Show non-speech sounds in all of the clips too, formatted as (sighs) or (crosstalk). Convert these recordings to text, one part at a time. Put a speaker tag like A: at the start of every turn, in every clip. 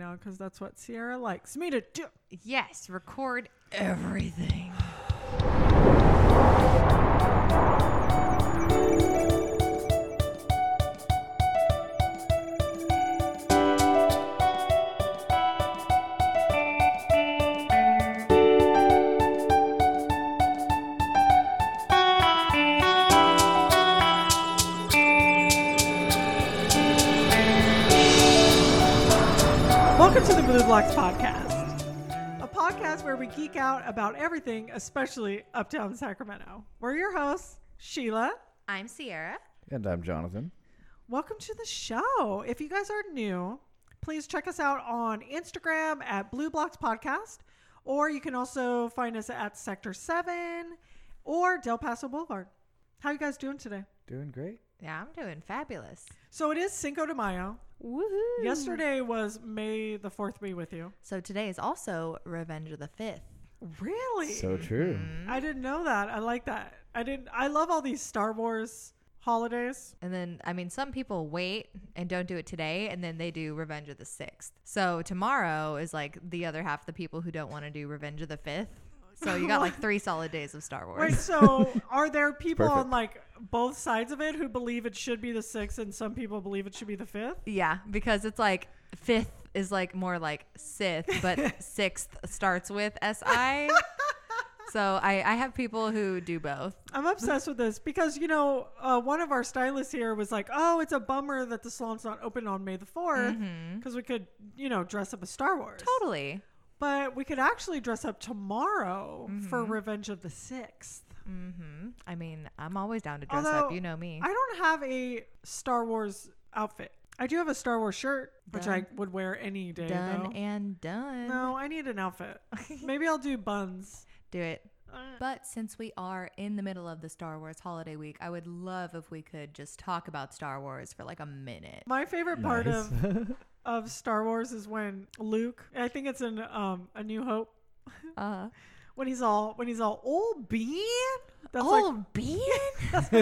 A: now because that's what Sierra likes me to do.
B: Yes, record everything.
A: Welcome to the Blue Blocks Podcast, a podcast where we geek out about everything, especially Uptown Sacramento. We're your hosts, Sheila.
B: I'm Sierra.
C: And I'm Jonathan.
A: Welcome to the show. If you guys are new, please check us out on Instagram at Blue Blocks Podcast, or you can also find us at Sector 7 or Del Paso Boulevard. How you guys doing today?
C: Doing great.
B: Yeah, I'm doing fabulous.
A: So it is Cinco de Mayo.
B: Woohoo!
A: Yesterday was May the 4th be with you.
B: So today is also Revenge of the Fifth.
A: Really?
C: So true.
A: I didn't know that. I like that. I didn't. I love all these Star Wars holidays.
B: And then, I mean, some people wait and don't do it today, and then they do Revenge of the Sixth. So tomorrow is like the other half of the people who don't want to do Revenge of the Fifth. So you (laughs) got like three solid days of Star Wars.
A: Wait, so are there people
C: Perfect.
A: on like both sides of it who believe it should be the sixth, and some people believe it should be the fifth?
B: Yeah, because it's like fifth is like more like Sith, (laughs) but sixth starts with S (laughs) I. So I, I have people who do both.
A: I'm obsessed with this because you know uh, one of our stylists here was like, "Oh, it's a bummer that the salon's not open on May the 4th because we could, you know, dress up as Star Wars,
B: Totally.
A: but we could actually dress up tomorrow for Revenge of the Sixth.
B: hmm I mean, I'm always down to dress up.
A: Although,
B: You know me.
A: I don't have a Star Wars outfit. I do have a Star Wars shirt, which I would wear any day.
B: done
A: though.
B: and done.
A: no, I need an outfit.
B: (laughs)
A: Maybe I'll do buns.
B: Do it.
A: Uh.
B: But since we are in the middle of the Star Wars holiday week, I would love if we could just talk about Star Wars for like a minute.
A: My favorite part
C: Nice.
A: of of Star Wars is when Luke. I think it's in um, A New Hope
B: Uh,
A: when he's all when he's all old bean. That's like
B: old bean?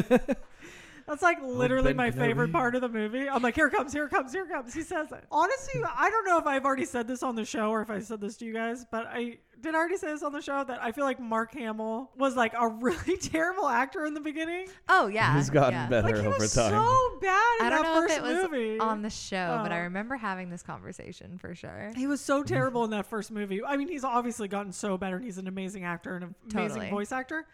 A: that's like literally
C: Ben
A: my favorite
C: Kenobi.
A: part of the movie. I'm like, here it comes, here it comes, here it comes. He says it. Honestly, I don't know if I've already said this on the show or if I said this to you guys, but I did I already say this on the show that I feel like Mark Hamill was like a (laughs) really terrible actor in the beginning.
B: (laughs) oh, yeah.
C: He's gotten
B: yeah.
C: better
A: Like Ah, he
C: over
A: was
C: time.
A: so bad in
B: I
A: that
B: don't know if
A: first
B: it was
A: movie.
B: on the show, but I
A: Oh.
B: remember having this conversation for sure.
A: he was so terrible in that first movie. I mean, he's obviously gotten so better and he's an amazing actor and an
B: Totally.
A: amazing voice actor.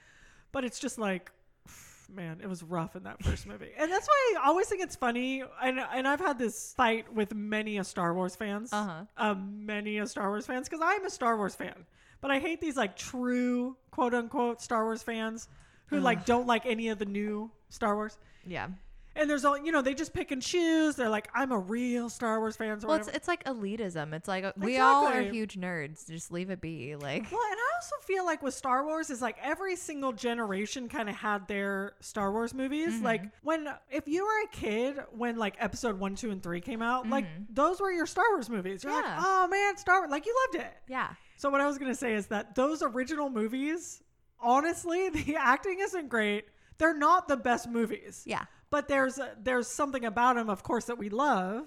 A: But it's just like (sighs) man, it was rough in that first movie. And that's why I always think it's funny. And, and I've had this fight with many a Star Wars fans.
B: Uh-huh.
A: Um, many a Star Wars fans, because I'm a Star Wars fan. But I hate these like true quote unquote Star Wars fans who like don't like any of the new Star Wars.
B: Yeah.
A: And there's all you know, they just pick and choose. They're like, I'm a real Star Wars fan. So
B: Well, it's, it's like elitism. It's like uh, we
A: Exactly.
B: all are huge nerds. Just leave it be. Like,
A: Well, and I also feel like with Star Wars is like every single generation kind of had their Star Wars movies. Like when if you were a kid when like episode 1, 2 and 3 came out, like those were your Star Wars movies. You're
B: Yeah.
A: like, "Oh man, Star Wars." Like you loved it.
B: yeah.
A: So what I was going to say is that those original movies, honestly, (laughs) the acting isn't great. They're not the best movies.
B: Yeah.
A: But there's there's something about them, of course, that we love.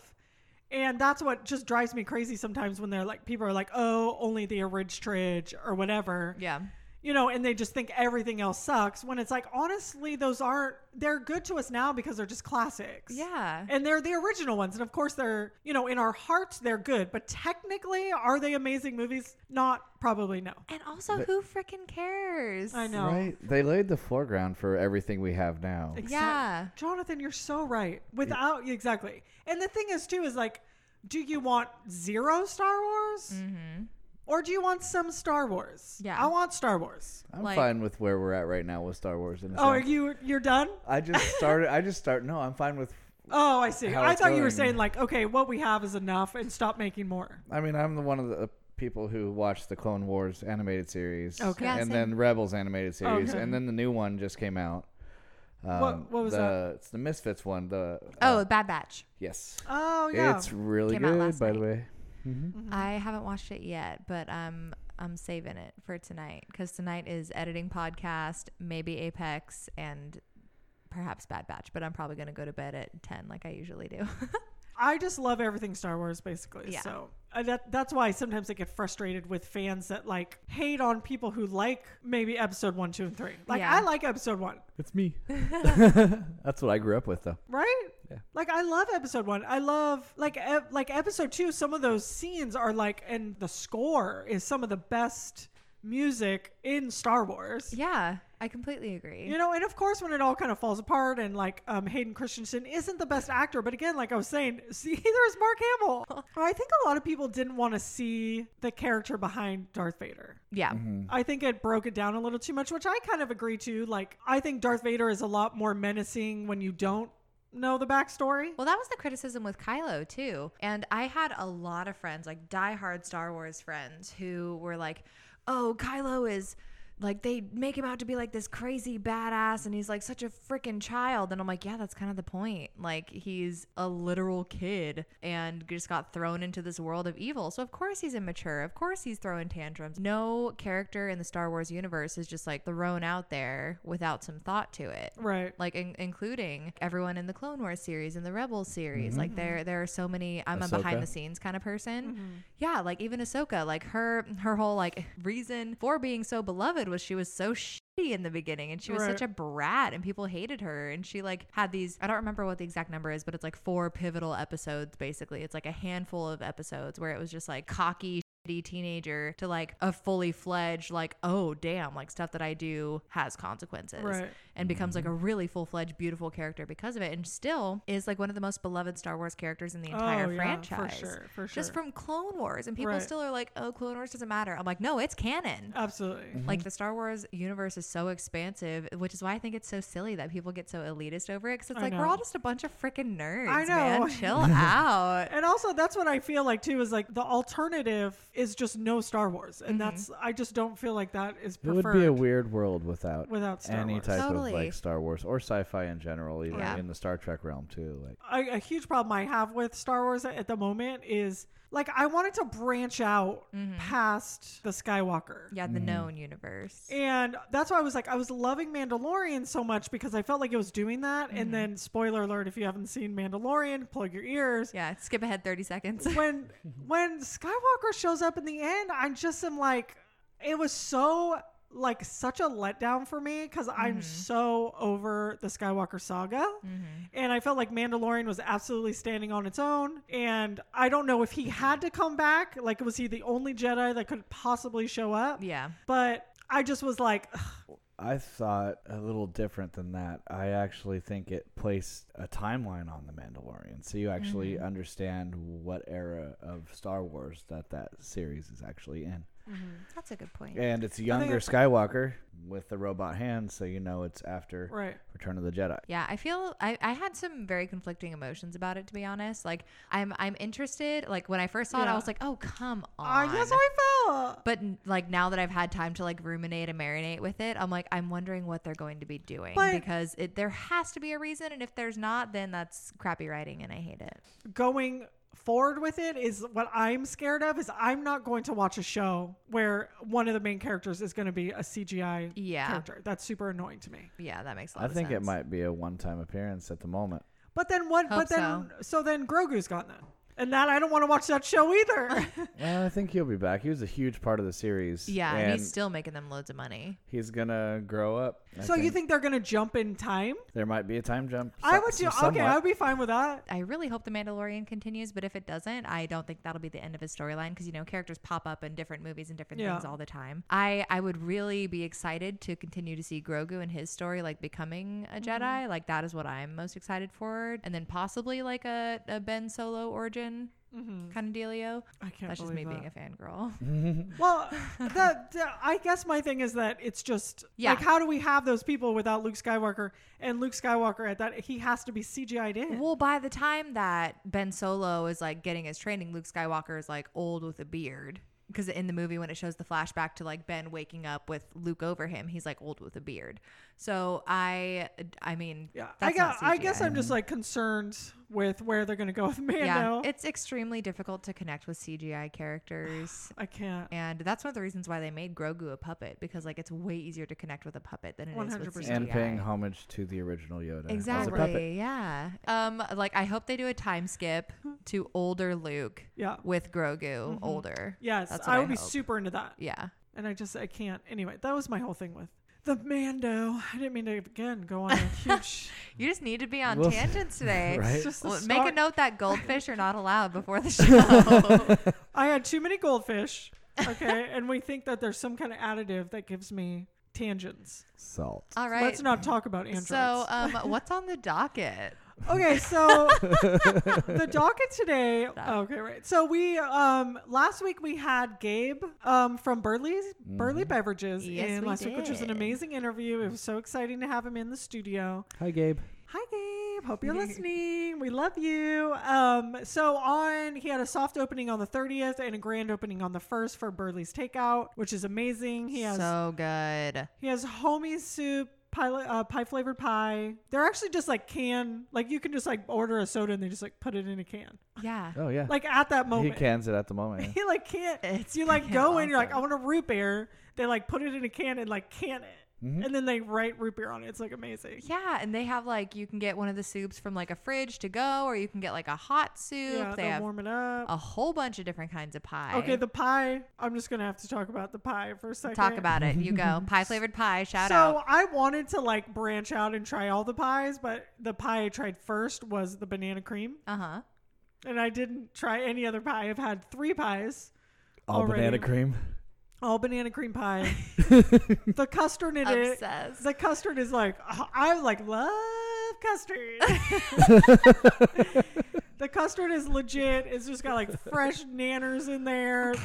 A: And that's what just drives me crazy sometimes when they're like people are like, "Oh, only the original or whatever."
B: Yeah.
A: You know, and they just think everything else sucks when it's like honestly those aren't they're good to us now because they're just classics.
B: Yeah.
A: And they're the original ones. And of course, they're, you know, in our hearts, they're good. But technically, are they amazing movies? Not probably, no.
B: And also,
C: But-
B: who freaking cares?
A: I know.
C: Right? They laid the foreground for everything we have now.
A: Exact-
B: Yeah.
A: Jonathan, you're so right. Without, exactly. And the thing is, too, is like, do you want zero Star Wars? Or do you want some Star Wars?
B: Mm-hmm. Yeah.
A: I want Star Wars.
C: I'm
B: like-
C: fine with where we're at right now with Star Wars and
A: Oh, are you you're done?
C: I just started I just start no, I'm fine with
A: Oh, I see.
C: How
A: I
C: it's
A: thought you were
C: going.
A: saying like, okay, what we have is enough, and stop making more.
C: I mean, I'm the one of the people who watched the Clone Wars animated series
A: Okay.
B: Yeah,
C: and
B: same.
C: then Rebels animated series
A: Okay.
C: and then the new one just came out. Um,
A: what was
C: the,
A: that?
C: It's the Misfits one. The
B: Oh,
C: uh,
B: Bad Batch.
C: yes,
A: Oh yeah.
C: it's really
B: Came out last
C: good. By the
B: night.
C: way,
A: Mm-hmm.
B: I haven't watched it yet, but I'm I'm saving it for tonight because tonight is editing podcast, maybe Apex, and perhaps Bad Batch. But I'm probably gonna go to bed at ten, like I usually do. (laughs)
A: I just love everything Star Wars, basically.
B: Yeah.
A: So Uh, that, that's why sometimes I get frustrated with fans that like hate on people who like maybe episode one, two, and three. Like
B: Yeah.
A: I like episode one, (laughs)
C: It's me. (laughs) That's what I grew up with, though.
A: right?
C: Yeah.
A: Like I love episode one. I love like ep- like episode two. Some of those scenes are like, and the score is some of the best music in Star Wars.
B: Yeah, I completely agree.
A: You know, and of course, when it all kind of falls apart, and like um, Hayden Christensen isn't the best actor, but again, like I was saying, (laughs) see, neither is Mark Hamill. I think a lot of people didn't want to see the character behind Darth Vader.
B: yeah.
A: I think it broke it down a little too much, which I kind of agree to. Like, I think Darth Vader is a lot more menacing when you don't know the backstory.
B: Well, that was the criticism with Kylo too. And I had a lot of friends, like diehard Star Wars friends, who were like, "Oh, Kylo is like they make him out to be like this crazy badass and he's like such a freaking child." And I'm like, "Yeah, that's kind of the point. Like he's a literal kid and just got thrown into this world of evil. So of course he's immature. Of course he's throwing tantrums. No character in the Star Wars universe is just like thrown out there without some thought to it
A: Right.
B: like in- including everyone in the Clone Wars series and the Rebels series. Like
A: Mm-hmm.
B: there, there are so many. I'm a behind
C: Ahsoka.
B: the scenes kind of person. Yeah, like even Ahsoka, like her, her whole like reason for being so beloved was she was so shitty in the beginning and she was such
A: Right.
B: a brat and people hated her and she like had these. I don't remember what the exact number is, but it's like four pivotal episodes basically. It's like a handful of episodes where it was just like cocky shitty teenager to like a fully fledged like oh damn like stuff that i do has consequences
A: Right.
B: and becomes like a
A: Mm-hmm.
B: really full-fledged beautiful character because of it and still is like one of the most beloved star wars characters in the entire
A: Oh, yeah, for
B: franchise
A: sure, for sure.
B: just from clone wars and people
A: Right. Uh,
B: still are like oh clone wars doesn't matter i'm like no it's canon
A: Absolutely.
B: like the Star Wars universe is so expansive, which is why I think it's so silly that people get so elitist over it. Because it's
A: I
B: like
A: know.
B: we're all just a bunch of freaking nerds.
A: I know.
B: man.
A: (laughs)
B: chill out.
A: And also, that's what I feel like too is like the alternative is just no Star Wars.
B: Mm-hmm.
A: And that's, I just don't feel like that is
C: It
A: preferred.
C: would be a weird world without
A: Without Star
C: any
A: Wars.
C: type
B: Totally.
C: of like Star Wars or sci-fi in general, even
B: Yeah.
C: in the Star Trek realm too. Like
A: a, a huge problem I have with Star Wars at the moment is like I wanted to branch out
B: Mm-hmm.
A: past the Skywalker.
B: Yeah, the known universe.
A: And that's why I was like, I was loving Mandalorian so much because I felt like it was doing that.
B: Mm-hmm.
A: And then, spoiler alert, if you haven't seen Mandalorian, plug your ears.
B: yeah, skip ahead thirty seconds.
A: (laughs)
B: (laughs)
A: When when Skywalker shows up in the end, I just am like, it was so like such a letdown for me because I'm so over the Skywalker saga. And I felt like Mandalorian was absolutely standing on its own. And I don't know if he had to come back. Like, was he the only Jedi that could possibly show up?
B: yeah.
A: But I just was like, ugh,
C: I thought a little different than that. I actually think it placed a timeline on the Mandalorian, so you actually
B: Mm-hmm.
C: understand what era of Star Wars that that series is actually in.
A: Mm-hmm.
B: That's a good point.
C: And it's a younger
A: it-
C: Skywalker with the robot hand, so you know it's after
A: right.
C: Return of the Jedi.
B: Yeah, I feel I, I had some very conflicting emotions about it to be honest. Like I'm I'm interested. Like when I first saw it,
A: Yeah.
B: I was like, oh come
A: I
B: on.
A: guess I felt.
B: but n- like now that I've had time to like ruminate and marinate with it, I'm like I'm wondering what they're going to be doing
A: But-
B: because it there has to be a reason, and if there's not, then that's crappy writing, and I hate it.
A: Going forward with it is what I'm scared of is I'm not going to watch a show where one of the main characters is going to be a CGI
B: Yeah.
A: character. That's super annoying to me.
B: Yeah, that makes a lot
C: I
B: of
C: think
B: sense.
C: it might be a one-time appearance at the moment.
A: But then what?
B: Hope
A: but then so. then Grogu's gone then. And that I don't want to watch that show (laughs) either.
C: Well, I think he'll be back. He was a huge part of the series.
B: Yeah, and
C: and
B: he's still making them loads of money.
C: he's gonna grow up. I
A: so you think they're going to jump in time?
C: there might be a time jump?
A: I
C: so-
A: would do okay.
C: somewhat.
A: I would be fine with that.
B: I really hope the Mandalorian continues, but if it doesn't, I don't think that'll be the end of his storyline because you know characters pop up in different movies and different
A: Yeah.
B: things all the time. I I would really be excited to continue to see Grogu and his story, like becoming
A: Mm-hmm.
B: a Jedi. Like that is what I'm most excited for, and then possibly like a, a Ben Solo origin kind of dealio.
A: I Mm-hmm. can't.
B: That's just me
A: believe that. (laughs)
B: being a fangirl. (laughs)
A: Well, the, the, I guess my thing is that it's just
B: Yeah.
A: like, how do we have those people without Luke Skywalker? And Luke Skywalker at that, he has to be CGI'd in.
B: (laughs) Well, by the time that Ben Solo is like getting his training, Luke Skywalker is like old with a beard. because in the movie when it shows the flashback to like Ben waking up with Luke over him, he's like old with a beard. So I, I mean,
A: Yeah, I
B: that's
A: got.
B: not
A: I guess
B: CGI.
A: I'm just like concerned with where they're gonna go with Mando.
B: yeah, it's extremely difficult to connect with
A: (sighs)
B: CGI characters.
A: I can't.
B: And that's one of the reasons why they made Grogu a puppet because like it's way easier to connect with a puppet than it is with
A: 100%.
B: CGI.
C: and paying homage to the original Yoda as a puppet.
B: Exactly. Yeah. Um. Like I hope they do a time skip to older Luke
A: Yeah.
B: with Grogu
A: Mm-hmm.
B: older.
A: Yes,
B: That's what
A: I
B: I
A: would be
B: hope.
A: super into that.
B: Yeah.
A: And I just I can't. Anyway, that was my whole thing with the Mando. I didn't mean to again go
B: (laughs)
A: on a huge.
B: You just need to be on
A: (laughs)
C: Well,
B: tangents today.
A: It's
C: Right?
A: just the
B: Well, make a
A: start.
B: note that goldfish are not allowed
A: (laughs)
B: before the (laughs) show.
A: I had too many goldfish.
B: (laughs)
A: Okay, and we think that there's some kind of additive that gives me tangents.
C: Salt.
B: All right.
A: Let's not talk about androids.
B: so, um, what's on the docket?
A: Okay, so the docket today. Okay, right. So we um last week we had Gabe um from Burley's Burley Beverages
B: Yes,
A: in
B: we
A: last week, which was an
B: did.
A: amazing interview. It was so exciting to have him in the studio.
C: Hi, Gabe.
A: Hi Gabe, hope
B: (laughs)
A: you're listening. We love you. Um, so on, he had a soft opening on the 30th and a grand opening on the first for Burley's Takeout, which is amazing. He has
B: So good.
A: he has homie soup, pie, uh, pie flavored pie. They're actually just like can, like you can just like order a soda and they just like put it in a can,
B: Yeah.
C: Oh yeah.
A: like at that
C: he
A: moment.
C: cans it at the
A: (laughs)
C: moment.
A: He like can't.
B: It's
A: you like
B: freaking
A: go in, you're like, I
B: awesome.
A: want a root beer. They like put it in a can and like can it, and then they write root beer on it. It's like amazing.
B: Yeah, and they have like you can get one of the soups from like a fridge to go, or you can get like a hot soup.
A: Yeah,
B: they
A: they'll
B: have
A: warm it up.
B: a whole bunch of different kinds of pie.
A: Okay, the pie. I'm just gonna have to talk about the pie for a second.
B: talk about it. You
A: (laughs)
B: go pie flavored pie. Shout
A: so
B: out.
A: I wanted to like branch out and try all the pies, but the pie I tried first was the banana cream.
B: Uh huh.
A: and I didn't try any other pie. I've had three pies,
C: All
A: Already.
C: banana cream.
A: all banana cream pie. the custard in it,
B: Obsessed.
A: the custard is like oh, I like love custard. the custard is legit. It's just got like fresh nanners in there,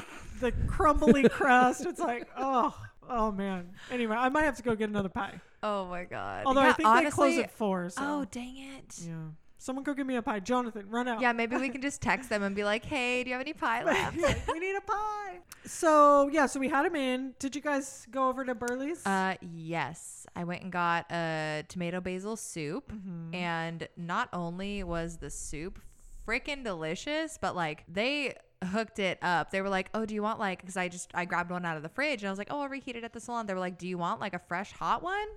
A: the crumbly crust. It's like oh. Oh man. Anyway, I might have to go get another pie.
B: Oh my god.
A: Although I
B: Yeah,
A: think they close
B: honestly-
A: at four. So.
B: Oh dang it.
A: yeah. Someone go get me a pie, Jonathan. Run
C: Oh.
A: out.
B: Yeah, maybe we can just text them and be like, "Hey, do you have any
C: (laughs)
B: pie left?"
A: we need a pie. So yeah, so we had him in. Did you guys go over to Burley's?
B: Uh, yes, I went and got a tomato basil soup,
C: Mm-hmm.
B: and not only was the soup freaking delicious, but like they hooked it up. They were like, "Oh, do you want like?" Because I just I grabbed one out of the fridge and I was like, "Oh, I'll reheat it at the salon." They were like, "Do you want like a fresh hot one?"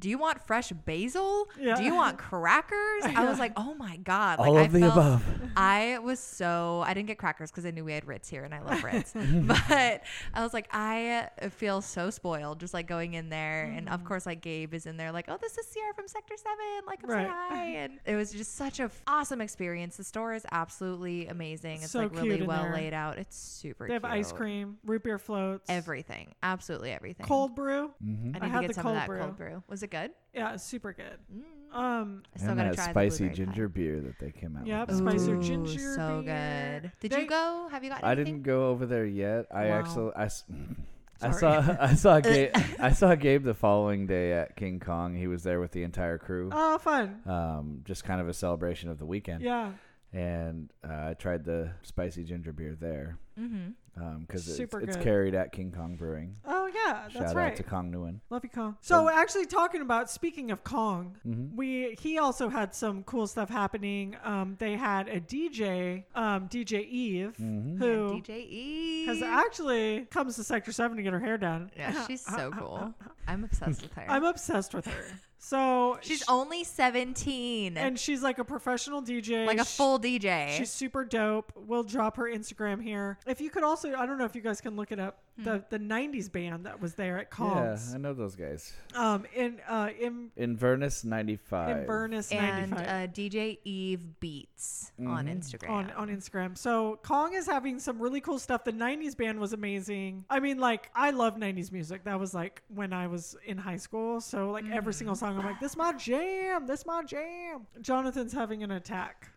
B: Do you want fresh basil?
A: Yeah.
B: Do you want
C: (laughs)
B: crackers? I was like, oh my god! Like
C: All
B: I
C: of the
B: felt-
C: above.
B: I was so I didn't get crackers because I knew we had Ritz here and I love
A: (laughs)
B: Ritz. (laughs) but I was like, I feel so spoiled just like going in there. And
A: Mm.
B: of course, like Gabe is in there, like, oh, this is Sierra from Sector Seven, like, I'm
A: Right.
B: so
A: (laughs)
B: hi. And it was just such a f- awesome experience. The store is absolutely amazing. It's
A: So
B: like
A: cute
B: really
A: in
B: well
A: there.
B: laid out. It's super.
A: they have
B: cute.
A: ice cream, root beer floats,
B: Everything, absolutely everything.
A: cold brew.
C: Mm-hmm.
B: I need
A: had the
B: to get some
A: cold
B: of that
A: brew.
B: cold brew. Was it good? Mm.
A: Yeah, it's super good. Um,
B: I still
C: and
B: gotta
C: that
B: try the
C: spicy
B: blueberry pie.
C: ginger beer that they came out
A: Yep.
C: with.
A: Spicy
B: Ooh,
A: ginger
B: so
A: beer.
B: good. Did
A: They-
B: you go? Have you got?
C: I
B: anything?
C: didn't go over there yet. I
B: Wow.
C: actually I, s- I
A: Sorry. (laughs)
C: saw
B: (laughs)
C: I saw Gabe I saw Gabe the following day at King Kong. He was there with the entire crew.
A: oh, fun.
C: Um, just kind of a celebration of the weekend.
A: Yeah,
C: And uh, I tried the spicy ginger beer there
B: Mm-hmm.
C: because
A: Super
C: it's,
A: good.
C: it's carried at King Kong Brewing.
A: oh yeah,
C: Shout
A: that's
C: out
A: right.
C: to Kong Nguyen.
A: Love you, Kong. So actually, talking about speaking of Kong,
C: Mm-hmm.
A: we he also had some cool stuff happening. Um, they had a DJ, um, DJ Eve, (laughs)
C: Mm. Mm-hmm.
A: who
B: DJ E.
A: has actually comes to Sector Seven to get her hair done. (laughs)
B: Yeah, she's so cool. I'm obsessed with her.
A: I'm obsessed with her. So
B: she's
A: sh-
B: only 17,
A: and she's like a professional DJ,
B: like a
A: Sh-
B: full DJ.
A: She's super dope. We'll drop her Instagram here. If you could also, I don't know if you guys can look it up.
B: Hmm.
A: The the '90s band that was there at Calls,
C: Yeah, I know those guys.
A: um, in uh, in
C: Inverness 95.
A: Inverness
B: and uh,
A: '95
B: DJ Eve Beats
C: Mm-hmm.
B: on Instagram.
A: on on Instagram. So Kong is having some really cool stuff. The '90s band was amazing. I mean, like I love '90s music. That was like when I was in high school. So like every single
B: Hmm.
A: song, I'm like, this my jam. This my jam. Jonathan's having an attack.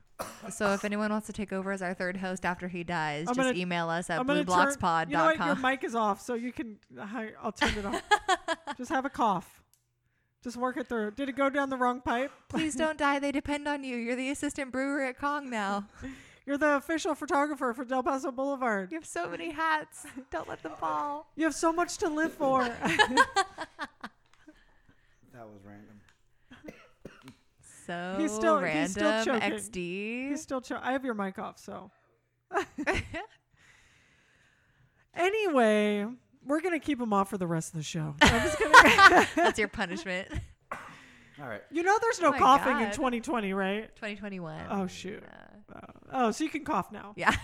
B: so if anyone wants to take over as our third host after he dies,
A: I'm
B: just
A: gonna-
B: email us at
A: I'm gonna
B: blueblockspod.com.
A: turn. You know what? Your mic is off, so you can. Hi, I'll turn
B: (laughs)
A: it off. Just have a cough. Just work it through. Did it go down the wrong pipe? (laughs)
B: Please don't die. They depend on you. You're the assistant brewer at Kong now.
A: You're the official photographer for Del Paso Boulevard.
B: You have so many hats. Don't let them fall.
A: You have so much to live
B: (laughs)
A: for.
C: That was random.
B: So
A: He's still-
B: random.
A: he's still choking. (laughs)
B: XD.
A: He's still chill. I have your mic off,
B: (laughs)
A: so. anyway, we're gonna keep him off for the rest of the
B: (laughs)
A: show. I'm just kidding.
B: That's
A: (laughs)
B: your punishment.
C: All right.
A: you know, there's no
B: Oh my
A: coughing in
B: God.
A: 2020, right?
B: 2021.
A: Oh shoot.
B: Uh,
A: Oh, so you can cough now.
B: yeah.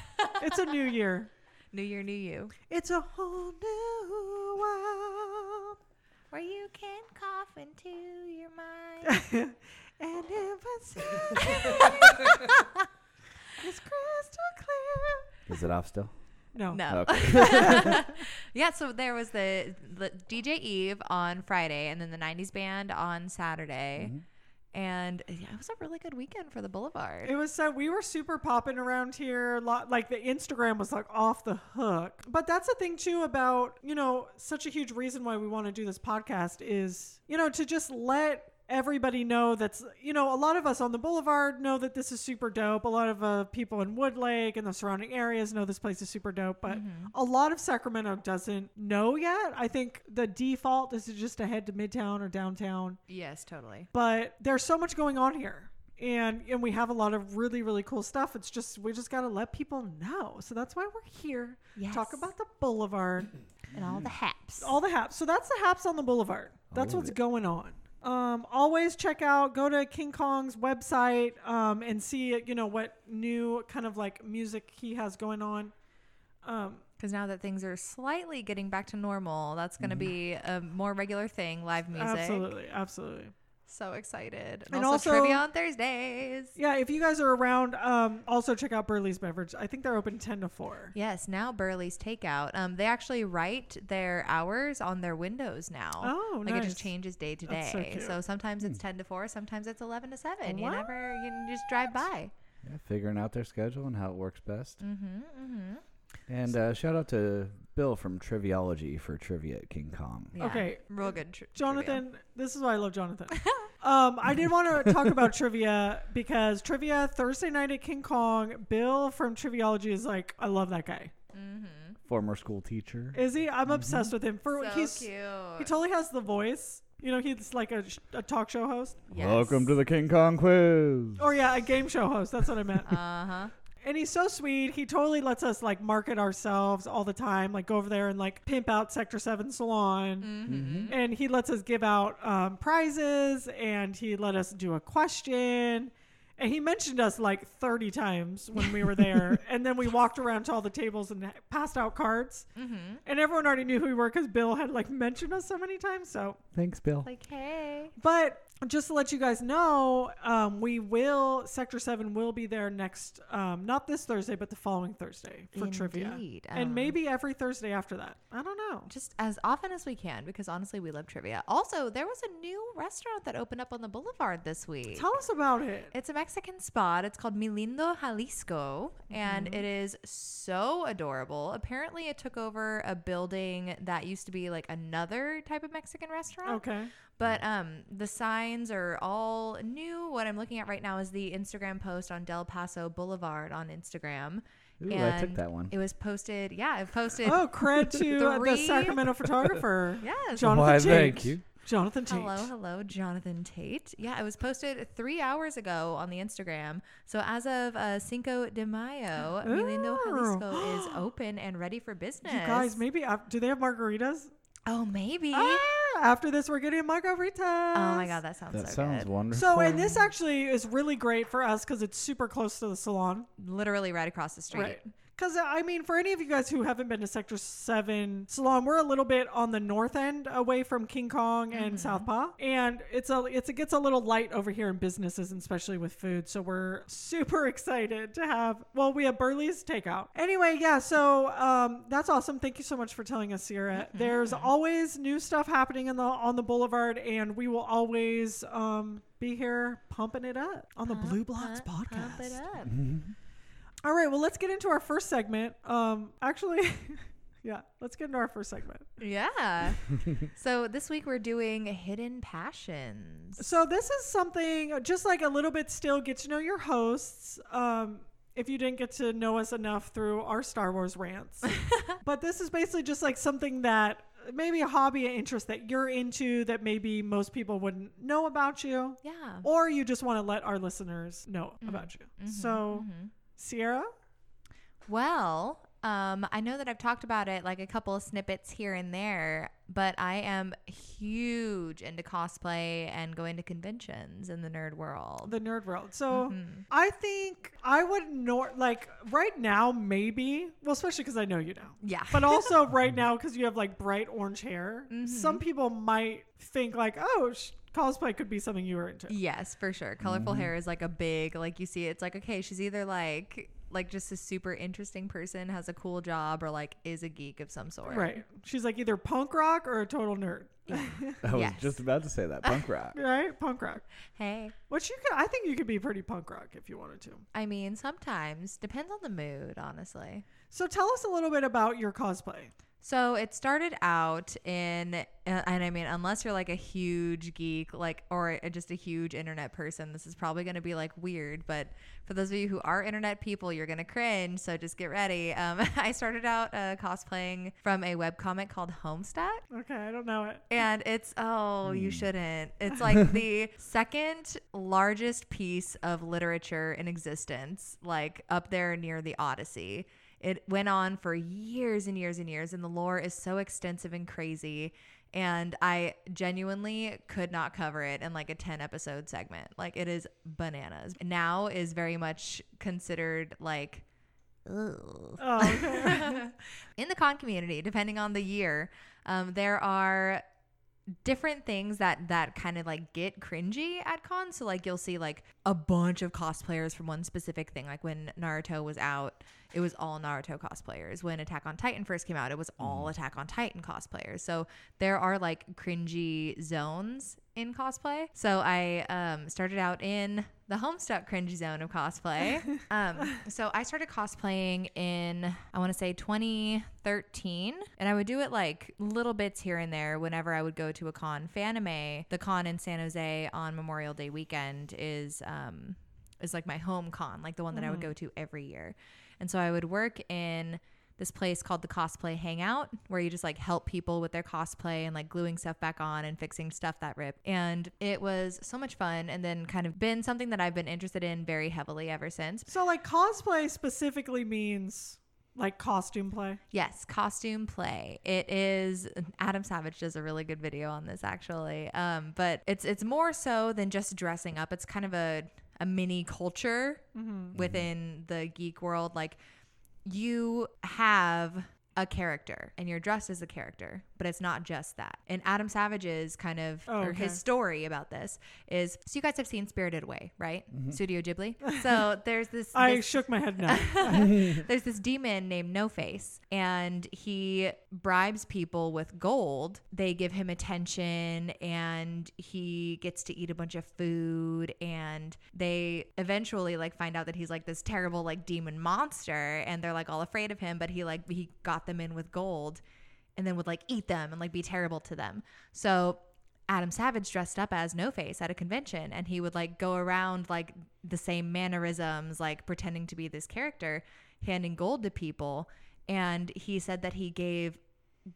A: It's a new year.
B: new year, new you.
A: It's a whole new world.
B: Where you can cough into your mind.
A: (laughs) And if it's
B: (laughs)
A: it's crystal clear.
C: Is it off still?
A: No.
B: No. (laughs) yeah, so there was the, the DJ Eve on Friday and then the 90s band on Saturday.
C: Mm-hmm.
B: And yeah, it was a really good weekend for the Boulevard.
A: It was so we were super popping around here. Lot, like the Instagram was like off the hook. But that's the thing too about you know such a huge reason why we want to do this podcast is you know to just let everybody know that's you know a lot of us on the boulevard know that this is super dope a lot of uh, people in wood lake and the surrounding areas know this place is super dope but a lot of sacramento doesn't know yet i think the default is to just to head to midtown or downtown
B: yes, totally.
A: but there's so much going on here and and we have a lot of really really cool stuff it's just we just got to let people know so that's why we're here talk
B: Yes.
A: about the boulevard
B: And all the haps.
A: all the haps so that's the haps on the boulevard that's
C: of
A: what's
C: it.
A: going on um, always check out go to king kong's website um, and see you know what new kind of like music he has going on um,
B: Because now that things are slightly getting back to normal, that's
A: Mm-hmm.
B: going to be a more regular thing, live music.
A: absolutely absolutely
B: So excited. And,
A: And
B: also,
A: also-
B: trivia on Thursdays.
A: yeah if you guys are around um, also check out burley's beverage i think they're open 10 to 4
B: Yes, now Burley's Takeout. Um, they actually write their hours on their windows now.
A: Oh,
B: like it
A: nice.
B: just changes day to day.
A: That's so cute. Hmm.
B: sometimes it's ten to four, sometimes it's eleven to seven.
A: What?
B: You never, you just drive by.
C: Yeah, figuring out their schedule and how it works best.
B: Mm-hmm, mm-hmm.
C: And uh, shout out to Bill from Triviology for trivia at King Kong.
A: Okay.
B: real good. Tr-
A: Jonathan, this is why I love
B: (laughs)
A: Jonathan. um, I did want to talk about trivia because trivia Thursday night at King Kong. Bill from Triviology is like, I love that guy.
B: Mm-hmm.
C: Former school teacher.
A: Is he? I'm obsessed with him. For
B: So
A: he's
B: cute.
A: he totally has the voice. You know, he's like a, sh- a talk show host,
C: Welcome to the King Kong quiz.
A: or yeah, a game show host. That's what I meant.
B: Uh huh.
A: and he's so sweet. He totally lets us like market ourselves all the time. Like go over there and like pimp out Sector Seven Salon.
B: Mm-hmm.
A: and he lets us give out um, prizes and he let us do a question and he mentioned us like 30 times when we were
B: (laughs)
A: there and then we walked around to all the tables and passed out cards
B: Mm-hmm.
A: and everyone already knew who we were because bill had like mentioned us so many times so
C: Thanks, Bill.
B: Like hey.
A: but just to let you guys know um, we will sector 7 will be there next um, not this thursday but the following thursday for trivia
B: Indeed.
A: and
B: Um,
A: maybe every thursday after that i don't know
B: Just as often as we can, because honestly, we love trivia. Also, there was a new restaurant that opened up on the boulevard this week.
A: tell us about it
B: It's a Mexican spot. It's called Milindo Jalisco,
A: Mm-hmm.
B: and it is so adorable. Apparently, it took over a building that used to be like another type of Mexican restaurant.
A: okay
B: But um, the signs are all new. What I'm looking at right now is the Instagram post on Del Paso Boulevard on Instagram.
C: Ooh, I took
B: and
C: that one.
B: It was posted. Yeah, it posted. (laughs)
A: Oh, cred to uh, the
B: Three.
A: Sacramento
B: (laughs)
A: photographer.
B: Yes.
A: Jonathan
C: Why,
A: Tate.
C: thank you.
A: Jonathan Tate.
B: Hello, hello, Jonathan Tate. Yeah, it was posted three hours ago on the Instagram. So as of uh, Cinco de Mayo, Milindo
A: Oh.
B: Jalisco is open and ready for business.
A: You guys, maybe af- do they have margaritas?
B: oh, maybe.
A: Ah, after this, we're getting margaritas.
B: oh my God, that sounds
C: That
B: so
C: sounds
B: good.
C: wonderful.
A: So, and this actually is really great for us because it's super close to the salon.
B: Literally right across the street.
A: Because, uh, I mean, for any of you guys who haven't been to Sector 7 Salon, we're a little bit on the north end away from King Kong
B: Mm-hmm.
A: and Southpaw. And it's a, it's, it gets a little light over here in businesses, and especially with food. So we're super (laughs) excited to have, well, we have Burley's Takeout. Anyway, yeah, so um, that's awesome. Thank you so much for telling us, Sierra.
B: Mm-hmm.
A: There's always new stuff happening in the, on the boulevard, and we will always um, be here pumping it up on the Blue Blocks
B: Pump-
A: podcast.
B: pump it up.
C: Mm-hmm.
A: All right, well, let's get into our first segment. Um, actually, (laughs) yeah, let's get into our first segment.
C: (laughs)
B: Yeah. so this week we're doing hidden passions.
A: So this is something just like a little bit still get to know your hosts. Um, if you didn't get to know us enough through our Star Wars rants. but this is basically just like something that maybe a hobby, an interest that you're into that maybe most people wouldn't know about you,
B: Yeah.
A: or you just want to let our listeners know about you. so, Sierra,
B: Well, um, I know that I've talked about it like a couple of snippets here and there, but I am huge into cosplay and going to conventions in the nerd world.
A: the nerd world. So I think I would nor like right now maybe well especially because I know you now.
B: Yeah.
A: But also right now because you have like bright orange hair, some people might think like oh sh- cosplay could be something you were into.
B: (laughs) Yes, for sure. Colorful
A: Mm-hmm.
B: hair is like a big like you see it's like okay, she's either like like just a super interesting person, has a cool job, or like is a geek of some sort.
A: Right. She's like either punk rock or a total nerd.
C: I was
B: Yes.
C: just about to say that
B: (laughs)
C: punk rock.
A: right? Punk rock.
B: Hey.
A: Which you could I think you could be pretty punk rock if you wanted to.
B: I mean, sometimes depends on the mood, honestly.
A: So tell us a little bit about your cosplay.
B: So it started out in, uh, and I mean, unless you're like a huge geek, like, or a- just a huge internet person, this is probably going to be like weird. But for those of you who are internet people, you're going to cringe. So just get ready. Um, (laughs) I started out uh, cosplaying from a webcomic called Homestuck.
A: Okay, I don't know it.
B: And it's, oh, you shouldn't. It's like the second largest piece of literature in existence, like up there near the Odyssey. It went on for years and years and years, and the lore is so extensive and crazy. And I genuinely could not cover it in like a 10 episode segment. Like, it is bananas. Now is very much considered like, ugh
A: Oh, okay.
B: in the con community, depending on the year, um, there are different things that that kind of like get cringy at cons. So like you'll see like a bunch of cosplayers from one specific thing. Like when Naruto was out, it was all Naruto cosplayers. When Attack on Titan first came out, it was all Attack on Titan cosplayers. So there are like cringy zones in cosplay. So I um, started out in the Homestuck cringy zone of cosplay. um, so I started cosplaying in, I want to say 2013. And I would do it like little bits here and there whenever I would go to a con. Fanime, the con in San Jose on Memorial Day weekend, is. Um, is like my home con, like the one that I would go to every year. And so I would work in this place called the cosplay hangout where you just like help people with their cosplay and like gluing stuff back on and fixing stuff that ripped and it was so much fun and then kind of been something that i've been interested in very heavily ever since
A: So like cosplay specifically means like costume play.
B: Yes, costume play. It is Adam Savage does a really good video on this actually. Um, but it's it's more so than just dressing up. It's kind of a a mini culture
A: Mm-hmm.
B: within the geek world. Like you have a character and you're dressed as a character, but it's not just that. And Adam Savage's kind of
A: Oh,
B: or his
A: okay.
B: story about this is so you guys have seen Spirited Away, right?
A: (laughs)
B: Studio Ghibli. So there's this,
A: Mm-hmm. I
B: this
A: shook my head no.
B: there's this demon named No Face, and he bribes people with gold. They give him attention, and he gets to eat a bunch of food. And they eventually like find out that he's like this terrible like demon monster, and they're like all afraid of him. But he like he got them in with gold, and then would like eat them and like be terrible to them. So Adam Savage dressed up as No Face at a convention and he would like go around like the same mannerisms, like pretending to be this character, handing gold to people. And he said that he gave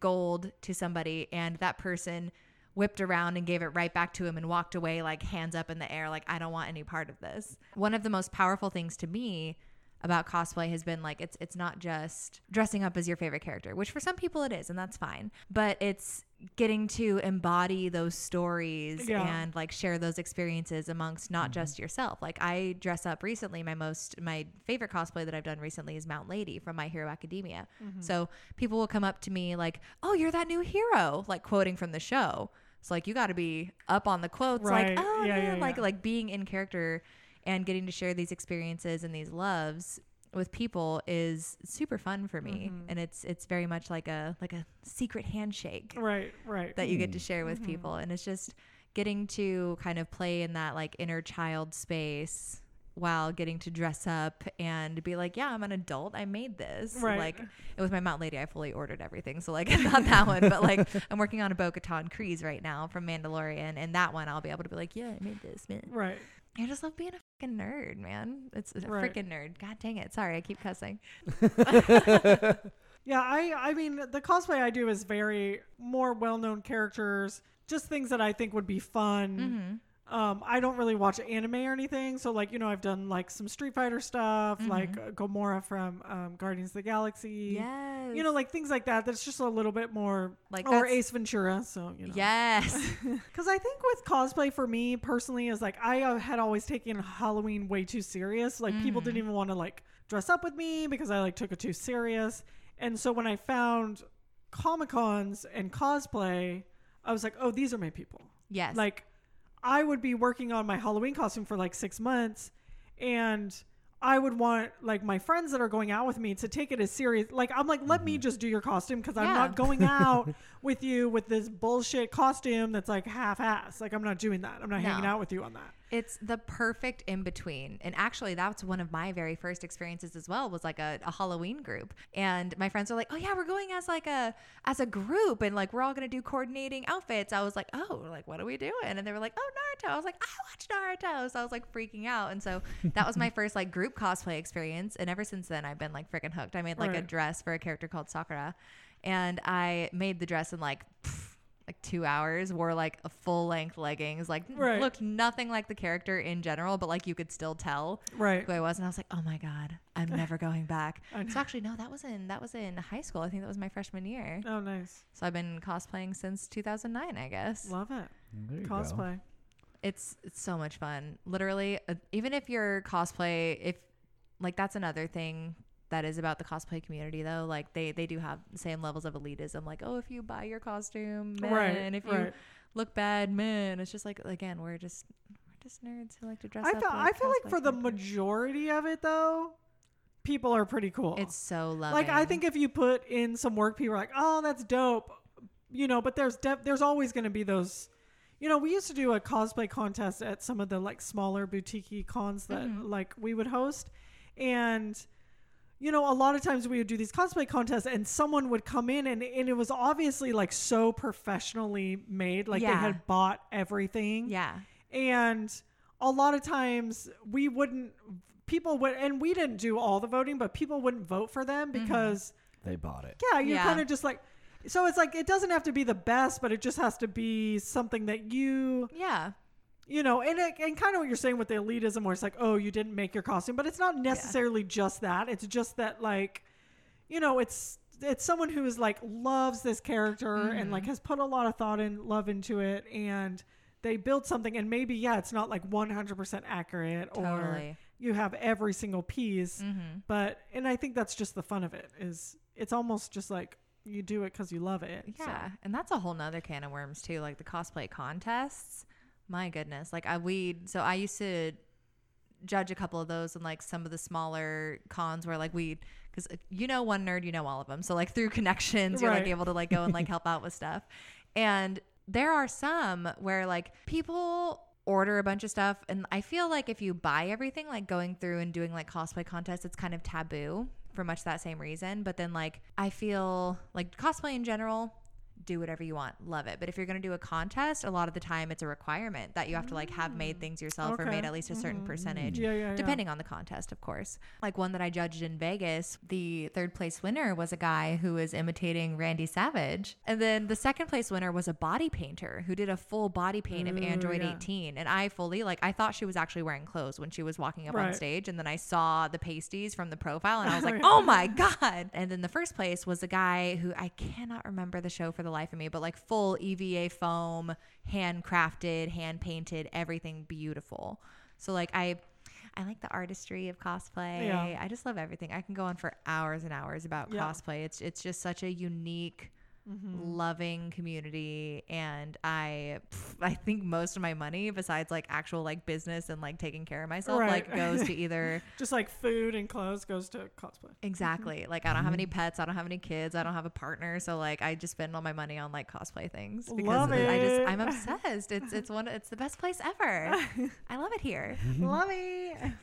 B: gold to somebody and that person whipped around and gave it right back to him and walked away like hands up in the air like I don't want any part of this. One of the most powerful things to me about cosplay has been like it's it's not just dressing up as your favorite character, which for some people it is and that's fine, but it's getting to embody those stories
A: Yeah.
B: and like share those experiences amongst not just yourself. Like I dress up recently, my most my favorite cosplay that I've done recently is Mount Lady from My Hero Academia. (laughs)
A: Mm-hmm.
B: So people will come up to me like, "Oh, you're that new hero," like quoting from the show. It's like you got to be up on the quotes
A: Right.
B: like, "Oh,
A: Yeah,
B: man,
A: yeah,
B: like
A: yeah.
B: like being in character and getting to share these experiences and these loves with people is super fun for me
A: Mm-hmm.
B: and it's it's very much like a like a secret handshake
A: Mm-hmm. right, right.
B: that you get to share with
A: Mm-hmm.
B: people and it's just getting to kind of play in that like inner child space while getting to dress up and be like yeah i'm an adult i made this
A: Right.
B: like it was my mount lady i fully ordered everything so
A: (laughs)
B: like (laughs) not that one but like i'm working on a bo-katan crease right now from mandalorian and that one i'll be able to be like yeah i made this man
A: Right.
B: I just love being a freaking nerd, man. It's a
A: Right.
B: freaking nerd. God dang it. Sorry, I keep cussing.
A: Yeah, I I mean the cosplay I do is very more well-known characters, just things that I think would be
B: Mm-hmm.
A: fun. Um, I don't really watch anime or anything, so like you know I've done like some Street Fighter stuff,
B: Mm-hmm.
A: like uh, Gamora from um, Guardians of the Galaxy.
B: Yes.
A: You know, like things like that. That's just a little bit more
B: Like
A: like or
B: that's-
A: Ace Ventura. So you know,
B: Yes.
A: (laughs) Because I think with cosplay for me personally is like I uh, had always taken Halloween way too serious. Like people didn't even want to like dress up with me because I like took it too serious. And so when I found Comic Cons and cosplay, I was like, oh, these are my people.
B: yes.
A: Like I would be working on my Halloween costume for like six months and I would want like my friends that are going out with me to take it as serious. Like I'm like, let me just do your costume because I'm
B: Mm-hmm. Yeah.
A: not going out
B: (laughs)
A: with you with this bullshit costume that's like half ass. Like I'm not doing that. I'm not hanging
B: No.
A: out with you on that.
B: It's the perfect in between. And actually, that's one of my very first experiences as well was like a, a Halloween group. And my friends were like, "Oh yeah, we're going as like a as a group and like we're all going to do coordinating outfits." I was like, "Oh, like what are we doing?" And they were like, "Oh, Naruto." I was like, "I watch Naruto." So I was like freaking out. And so that was my first like group cosplay experience, and ever since then I've been like freaking hooked. I made like a
A: Right.
B: dress for a character called Sakura, and I made the dress in like pff, like 2 hours, wore like a full length leggings, like
A: Right.
B: looked nothing like the character in general, but like you could still tell
A: Right.
B: who I was. And I was like, oh my God,
A: (laughs)
B: I'm never going back.
A: I know.
B: so actually, no, that was in that was in high school. I think that was my freshman year.
A: Oh, nice.
B: So I've been cosplaying since 2009, I guess.
A: Love it.
C: There you go.
A: Cosplay.
B: It's it's so much fun. Literally, uh, even if you're cosplay, if like that's another thing that is about the cosplay community though. Like they they do have the same levels of elitism. Like oh, if you buy your costume, man,
A: Right,
B: and if you
A: right.
B: look bad, man. It's just like again, we're just we're just nerds who like to dress
A: I
B: up.
A: feel, I feel like
B: cosplay
A: for the
B: characters.
A: majority of it though, people are pretty cool.
B: It's so lovely.
A: like I think if you put in some work, people are like, "Oh, that's dope," you know. But there's def- there's always going to be those. You know, we used to do a cosplay contest at some of the like smaller boutique cons that like we would host, and you know, a lot of times we would do these cosplay contests, and someone would come in, and and it was obviously like so professionally made, like they
B: Yeah.
A: had bought everything,
B: yeah,
A: and a lot of times we wouldn't people would and we didn't do all the voting but people wouldn't vote for them because
C: They bought it.
A: yeah you're
B: Yeah.
A: kind of just like so it's like it doesn't have to be the best but it just has to be something that you
B: yeah,
A: you know and it, and kind of what you're saying with the elitism where it's like oh you didn't make your costume but it's not necessarily just that it's just that like you know it's it's someone who is like loves this character and
B: Mm-hmm.
A: like has put a lot of thought and love into it and they build something and maybe yeah it's not like 100% accurate or
B: Totally. Mm. Mm-hmm.
A: you have every single piece but and i think that's just the fun of it is it's almost just like you do it because you love it so.
B: yeah. And that's a whole nother can of worms too. Like the cosplay contests. My goodness, like I we so I used to judge a couple of those and like some of the smaller cons where like we because you know one nerd you know all of them so like through (laughs) connections you're like
A: Right.
B: able to like go and
A: (laughs)
B: like help out with stuff and there are some where like people order a bunch of stuff and i feel like if you buy everything like going through and doing like cosplay contests it's kind of taboo for much that same reason but then like i feel like cosplay in general do whatever you want love it but if you're going to do a contest a lot of the time it's a requirement that you have to like have made things yourself or
A: Okay.
B: made at least a certain percentage
A: yeah, yeah, yeah.
B: depending on the contest, of course. Like one that I judged in Vegas, the third place winner was a guy who was imitating Randy Savage. And then the second place winner was a body painter who did a full body paint of
A: Ooh,
B: Android
A: yeah.
B: 18. And I fully, like, I thought she was actually wearing clothes when she was walking up on
A: Right.
B: stage. And then I saw the pasties from the profile and I
A: (laughs)
B: was like, oh my God. And then the first place was a guy who I cannot remember the show for the life of me, but like full EVA foam, handcrafted, hand painted, everything beautiful. So, like, I. I like the artistry of cosplay.
A: Yeah.
B: I just love everything. I can go on for hours and hours about
A: Yeah. Mm.
B: cosplay. It's it's just such a unique,
A: Mm-hmm.
B: loving community, and I pff, I think most of my money, besides like actual like business and like taking care of myself,
A: Right.
B: like goes
A: (laughs)
B: to either
A: just like food and clothes goes to cosplay
B: exactly like I don't have any
A: Mm-hmm.
B: pets, I don't have any kids, I don't have a partner, so like I just spend all my money on like cosplay things because
A: Love
B: I just
A: it.
B: I'm obsessed. It's it's one it's the best place
A: (laughs)
B: ever. I love it here.
A: love it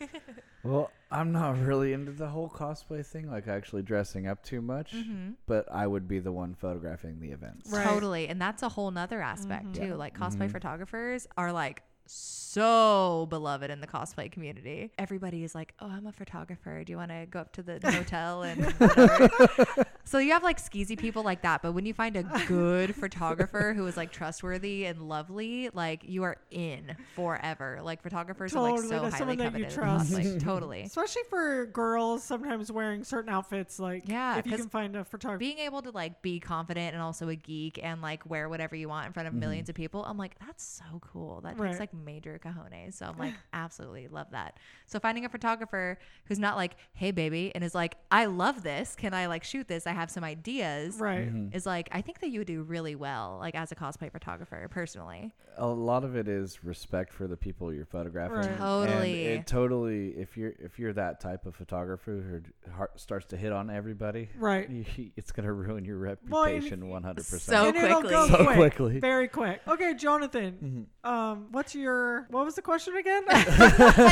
C: Well, I'm not really into the whole cosplay thing, like actually dressing up too much.
B: Mm-hmm.
C: But I would be the one photographing the events.
A: Right. Mm-hmm.
B: Totally. And that's a whole nother aspect too. Like cosplay photographers are like so beloved in the cosplay community. Everybody is like, "Oh, I'm a photographer. Do you want to go up
A: (laughs)
B: to the motel and?" whatever?" so you have like skeezy people like that, but when you find a good photographer who is like trustworthy and lovely, like you are in forever. Like photographers are like
A: Totally,
B: so
A: there's
B: highly
A: someone that you
B: coveted. in cosplay.
A: trust.
B: totally.
A: Especially for girls, sometimes wearing certain outfits, like
B: Yeah,
A: if you
B: 'cause
A: can find a photographer.
B: being able to like be confident and also a geek and like wear whatever you want in front of millions of people, I'm like, that's so cool. That
A: Right.
B: takes like major cojones. So I'm
A: (sighs)
B: like, absolutely love that. So finding a photographer who's not like, hey, baby, and is like, I love this. Can I like shoot this? I have some ideas.
A: Right.
C: Mm-hmm.
B: Is like, I think that you would do really well, like as a cosplay photographer, personally. (laughs)
C: a lot of it is respect for the people you're photographing.
A: Right.
C: And
B: Totally.
C: it totally. If you're if you're that type of photographer who d- har- starts to hit on everybody,
A: Right.
C: you- (laughs) it's gonna ruin your
A: Well, and-
C: reputation one hundred
B: So
C: percent.
A: and it'll go
B: quickly.
C: So
A: quick,
C: quickly. Mm-hmm.
A: Very quick. Okay, Jonathan. Um, what's your what was the question
C: (laughs)
A: again? (laughs)
B: and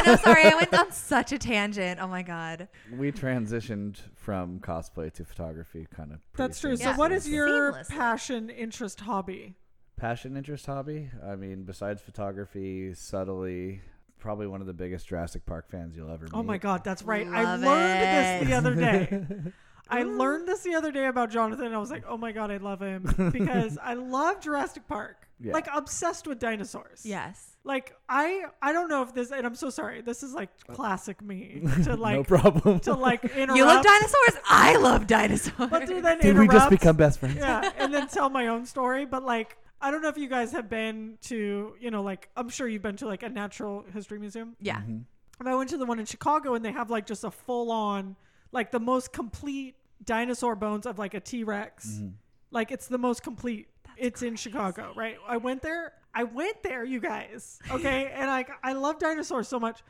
B: I'm sorry, I went on such a tangent. Oh my God.
C: We transitioned from cosplay to photography, kind of.
A: That's true.
B: Yeah.
A: So what is your
B: Seamlessly.
A: passion, interest, hobby?
C: passion, interest, hobby? I mean, besides photography, subtly, probably one of the biggest Jurassic Park fans you'll ever meet.
A: Oh my god, that's right. I
B: Love
A: learned this
B: it.
A: the other day.
C: (laughs)
A: I learned this the other day about Jonathan and I was like, "Oh my god, I love him
C: (laughs)
A: because I love Jurassic Park."
C: Yeah.
A: Like obsessed with dinosaurs.
B: Yes.
A: Like I I don't know if this and I'm so sorry. This is like classic
C: (laughs)
A: me to
C: Uh, no
A: like
C: problem.
A: to like interrupt
B: You love dinosaurs? I love dinosaurs.
A: but to then
C: (laughs) Did we just
A: interrupt.
C: become best
A: (laughs)
C: friends?
A: yeah, and then tell my own story. But like, I don't know if you guys have been to, you know, like I'm sure you've been to like a natural history museum.
B: yeah.
A: And I went to the one in Chicago, and they have like just a full on, like the most complete dinosaur bones of like a T Rex. Like it's the most complete. it's in Chicago, right? I went there. I went there, you guys. Okay, and I I love dinosaurs so much.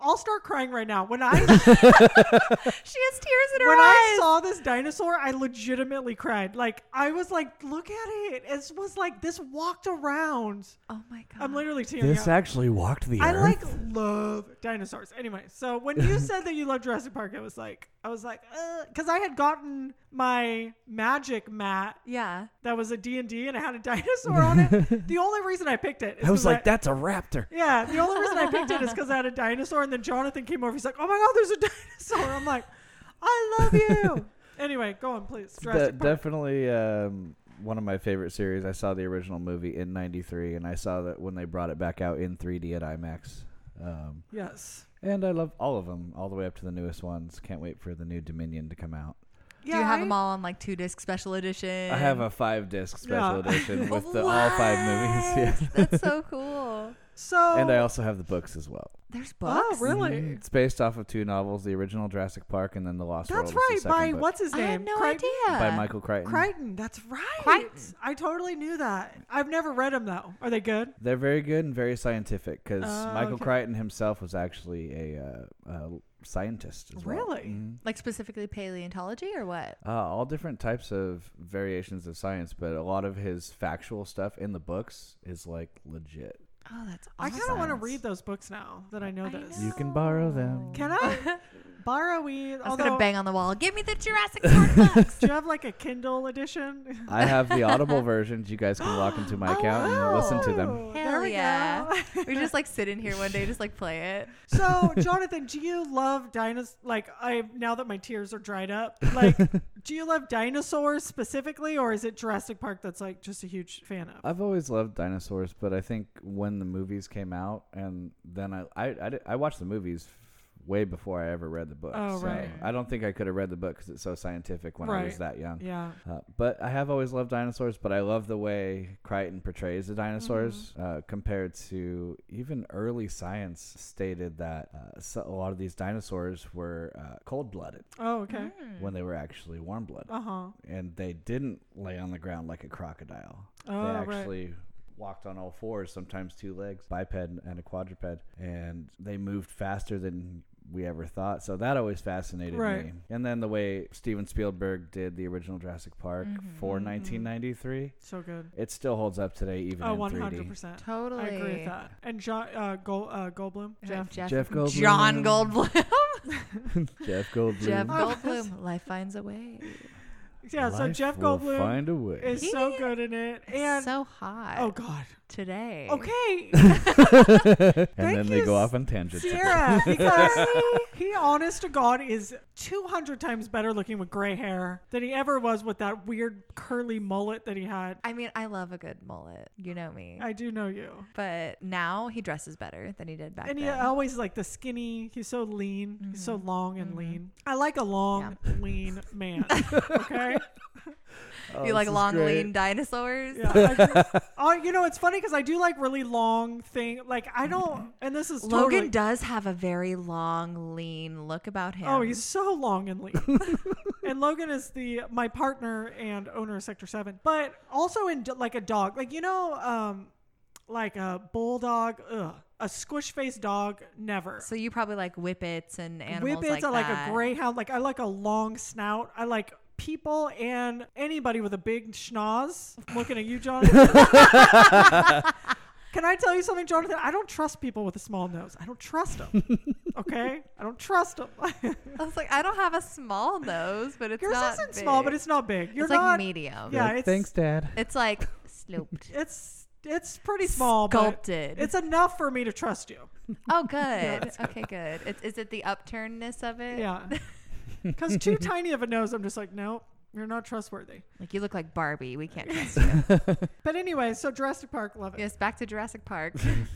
A: I'll start crying right now. When I
B: She has tears in her
A: when
B: eyes.
A: I saw this dinosaur, I legitimately cried. Like I was like, look at it. It was like this walked around.
B: Oh my god.
A: I'm
B: (gasps)
A: literally tearing
C: This
A: up.
C: actually walked the
A: I
C: earth. (laughs)
A: like love dinosaurs. Anyway, so when you said that you loved Jurassic Park, I was like, I was like, because I had gotten my magic mat
B: yeah.
A: that was a D and D, and it had a dinosaur on
C: (laughs)
A: it. The only reason I picked it, is
C: I was
A: 'cause
C: like, that's a raptor.
A: yeah, the only reason I picked
C: (laughs)
A: it is because I had a dinosaur, and then Jonathan came over. He's like, "Oh my god, there's a (laughs) dinosaur!" I'm like, "I love
C: (laughs)
A: you." anyway, go on, please.
C: De-
A: Jurassic Park.
C: definitely um, one of my favorite series. I saw the original movie in '93, and I saw that when they brought it back out in 3D at IMAX. Um,
A: yes.
C: and I love all of them, all the way up to the newest ones. Can't wait for the new Dominion to come out.
A: Yeah,
B: Do you have
A: I-
B: them all on like two disc special edition?
C: I have a five disc special
A: Yeah. (laughs)
C: edition with the, all five movies. (laughs)
B: (laughs)
C: Yeah.
B: That's so cool.
A: So
C: And I also have the books as well. Mm-hmm.
B: There's books.
A: oh really?
C: It's based off of two novels: the original Jurassic Park and then the Lost
A: That's
C: World.
A: right.
C: is the second
A: By
C: book
A: what's his
B: I
A: name?
B: had no
A: Crichton?
B: idea.
C: by Michael Crichton.
A: Crichton. That's right.
B: Crichton.
A: I totally knew that. I've never read them though. Are they good?
C: They're very good and very scientific because
A: Oh,
C: Michael
A: okay.
C: Crichton himself was actually a, uh, uh scientist as well.
A: Really?
C: Mhm.
B: Like specifically paleontology or what?
C: Uh, all different types of variations of science, but a lot of his factual stuff in the books is like legit.
B: Oh, that's
A: I
B: awesome.
A: kind of want to
C: Science.
A: read those books now that I know
B: I
A: this.
C: You can borrow
B: know.
C: them.
A: Can
B: (laughs)
A: I borrow? We
B: I was
A: although
B: gonna bang on the wall. Give me the Jurassic Park
C: (laughs)
B: books.
A: do you have like a Kindle edition?
C: I
A: (laughs)
C: have the Audible versions. You guys can log into my
A: Oh,
C: account and listen to them.
A: Ooh, Oh, there
B: Hell
A: we
B: yeah.
A: go.
B: we just like sit in here one day, just like play it.
A: So, Jonathan, do you love dinosaurs? Like, I now that my tears are dried up,
C: (laughs)
A: like, do you love dinosaurs specifically, or is it Jurassic Park that's like just a huge fan of?
C: I've always loved dinosaurs, but I think when the movies came out, and then I I, I, di- I watched the movies f- way before I ever read the book.
A: Oh,
C: so
A: right.
C: I don't think I could have read the book because it's so scientific when I was
A: Right.
C: that young.
A: yeah,
C: Uh, but I have always loved dinosaurs, but I love the way Crichton portrays the dinosaurs
A: Mm-hmm.
C: uh, compared to even early science stated that uh, so a lot of these dinosaurs were uh, cold blooded
A: oh, okay,
C: when they were actually warm blooded.
A: uh huh,
C: And they didn't lay on the ground like a crocodile.
A: Oh,
C: they
A: right.
C: actually walked on all fours, sometimes two legs, biped and a quadruped, and they moved faster than we ever thought. So that always fascinated
A: Right.
C: me. And then the way Steven Spielberg did the original Jurassic Park for
A: Mm-hmm.
C: 1993,
A: so good.
C: it still holds up today, even
A: Oh,
C: in
A: 100
C: 3D.
A: percent.
B: Totally.
A: I agree with that. And John uh, Gold, uh, Goldblum, Jeff.
B: Jeff,
C: Jeff Goldblum.
B: John Goldblum.
C: Jeff Goldblum.
B: Jeff
A: I was-
B: Goldblum. Life finds a way.
A: Oh, Yeah, so
C: Life
A: Jeff
C: will
A: Goldblum
C: (laughs) Find a way.
A: is so good in it, and
B: so hot.
A: oh god,
B: today.
C: (laughs)
A: Okay,
C: and then they
A: you,
C: go off on tangents.
A: Sierra,
C: (laughs)
A: because he, honest to God, is 200 times better looking with gray hair than he ever was with that weird curly mullet that he had.
B: I mean, I love a good mullet. You know me.
A: I do know you.
B: but now he dresses better than he did back
A: And he
B: then.
A: always like the skinny. He's so lean. He's so long and lean. I like a long, (laughs) lean man. Okay.
C: Oh,
B: you like
C: this is
B: long,
C: great.
B: lean dinosaurs?
A: Yeah. I- oh, you know, it's funny because I do like really long thing. Like I don't. And this is
B: Logan
A: Totally,
B: does have a very long, lean look about him.
A: oh, he's so long and lean. and Logan is the my partner and owner of Sector Seven, but also in d- like a dog. Like you know, um, like a bulldog, ugh, a squish faced dog. Never.
B: so you probably like whippets and animals
A: Whippets,
B: like
A: I like
B: that.
A: a greyhound. Like I like a long snout. I like people and anybody with a big schnoz. Looking at you,
B: (laughs)
A: Jonathan. Can I tell you something, Jonathan? I don't trust people with a small nose. I don't trust
B: (laughs)
A: them. Okay, I don't trust (laughs) them.
B: I was like, I don't have a small nose, but it's
A: Yours
B: not
A: isn't small, but
B: big.
A: it's not big. You're
B: it's
A: not.
B: like medium.
A: Yeah,
C: Like,
A: it's-
C: Thanks, Dad.
A: (laughs)
B: It's like sloped.
A: It's it's pretty small. but
B: Sculpted.
A: it's enough for me to trust
B: (laughs)
A: you. (laughs)
B: Oh, good. okay, good. It's, is it the upturnness of it? (laughs)
A: Yeah. Because too tiny of a nose, I'm just like, nope, you're not trustworthy.
B: Like you look like Barbie. We can't trust you.
A: But anyway, so Jurassic Park, love it.
B: yes, back to Jurassic Park.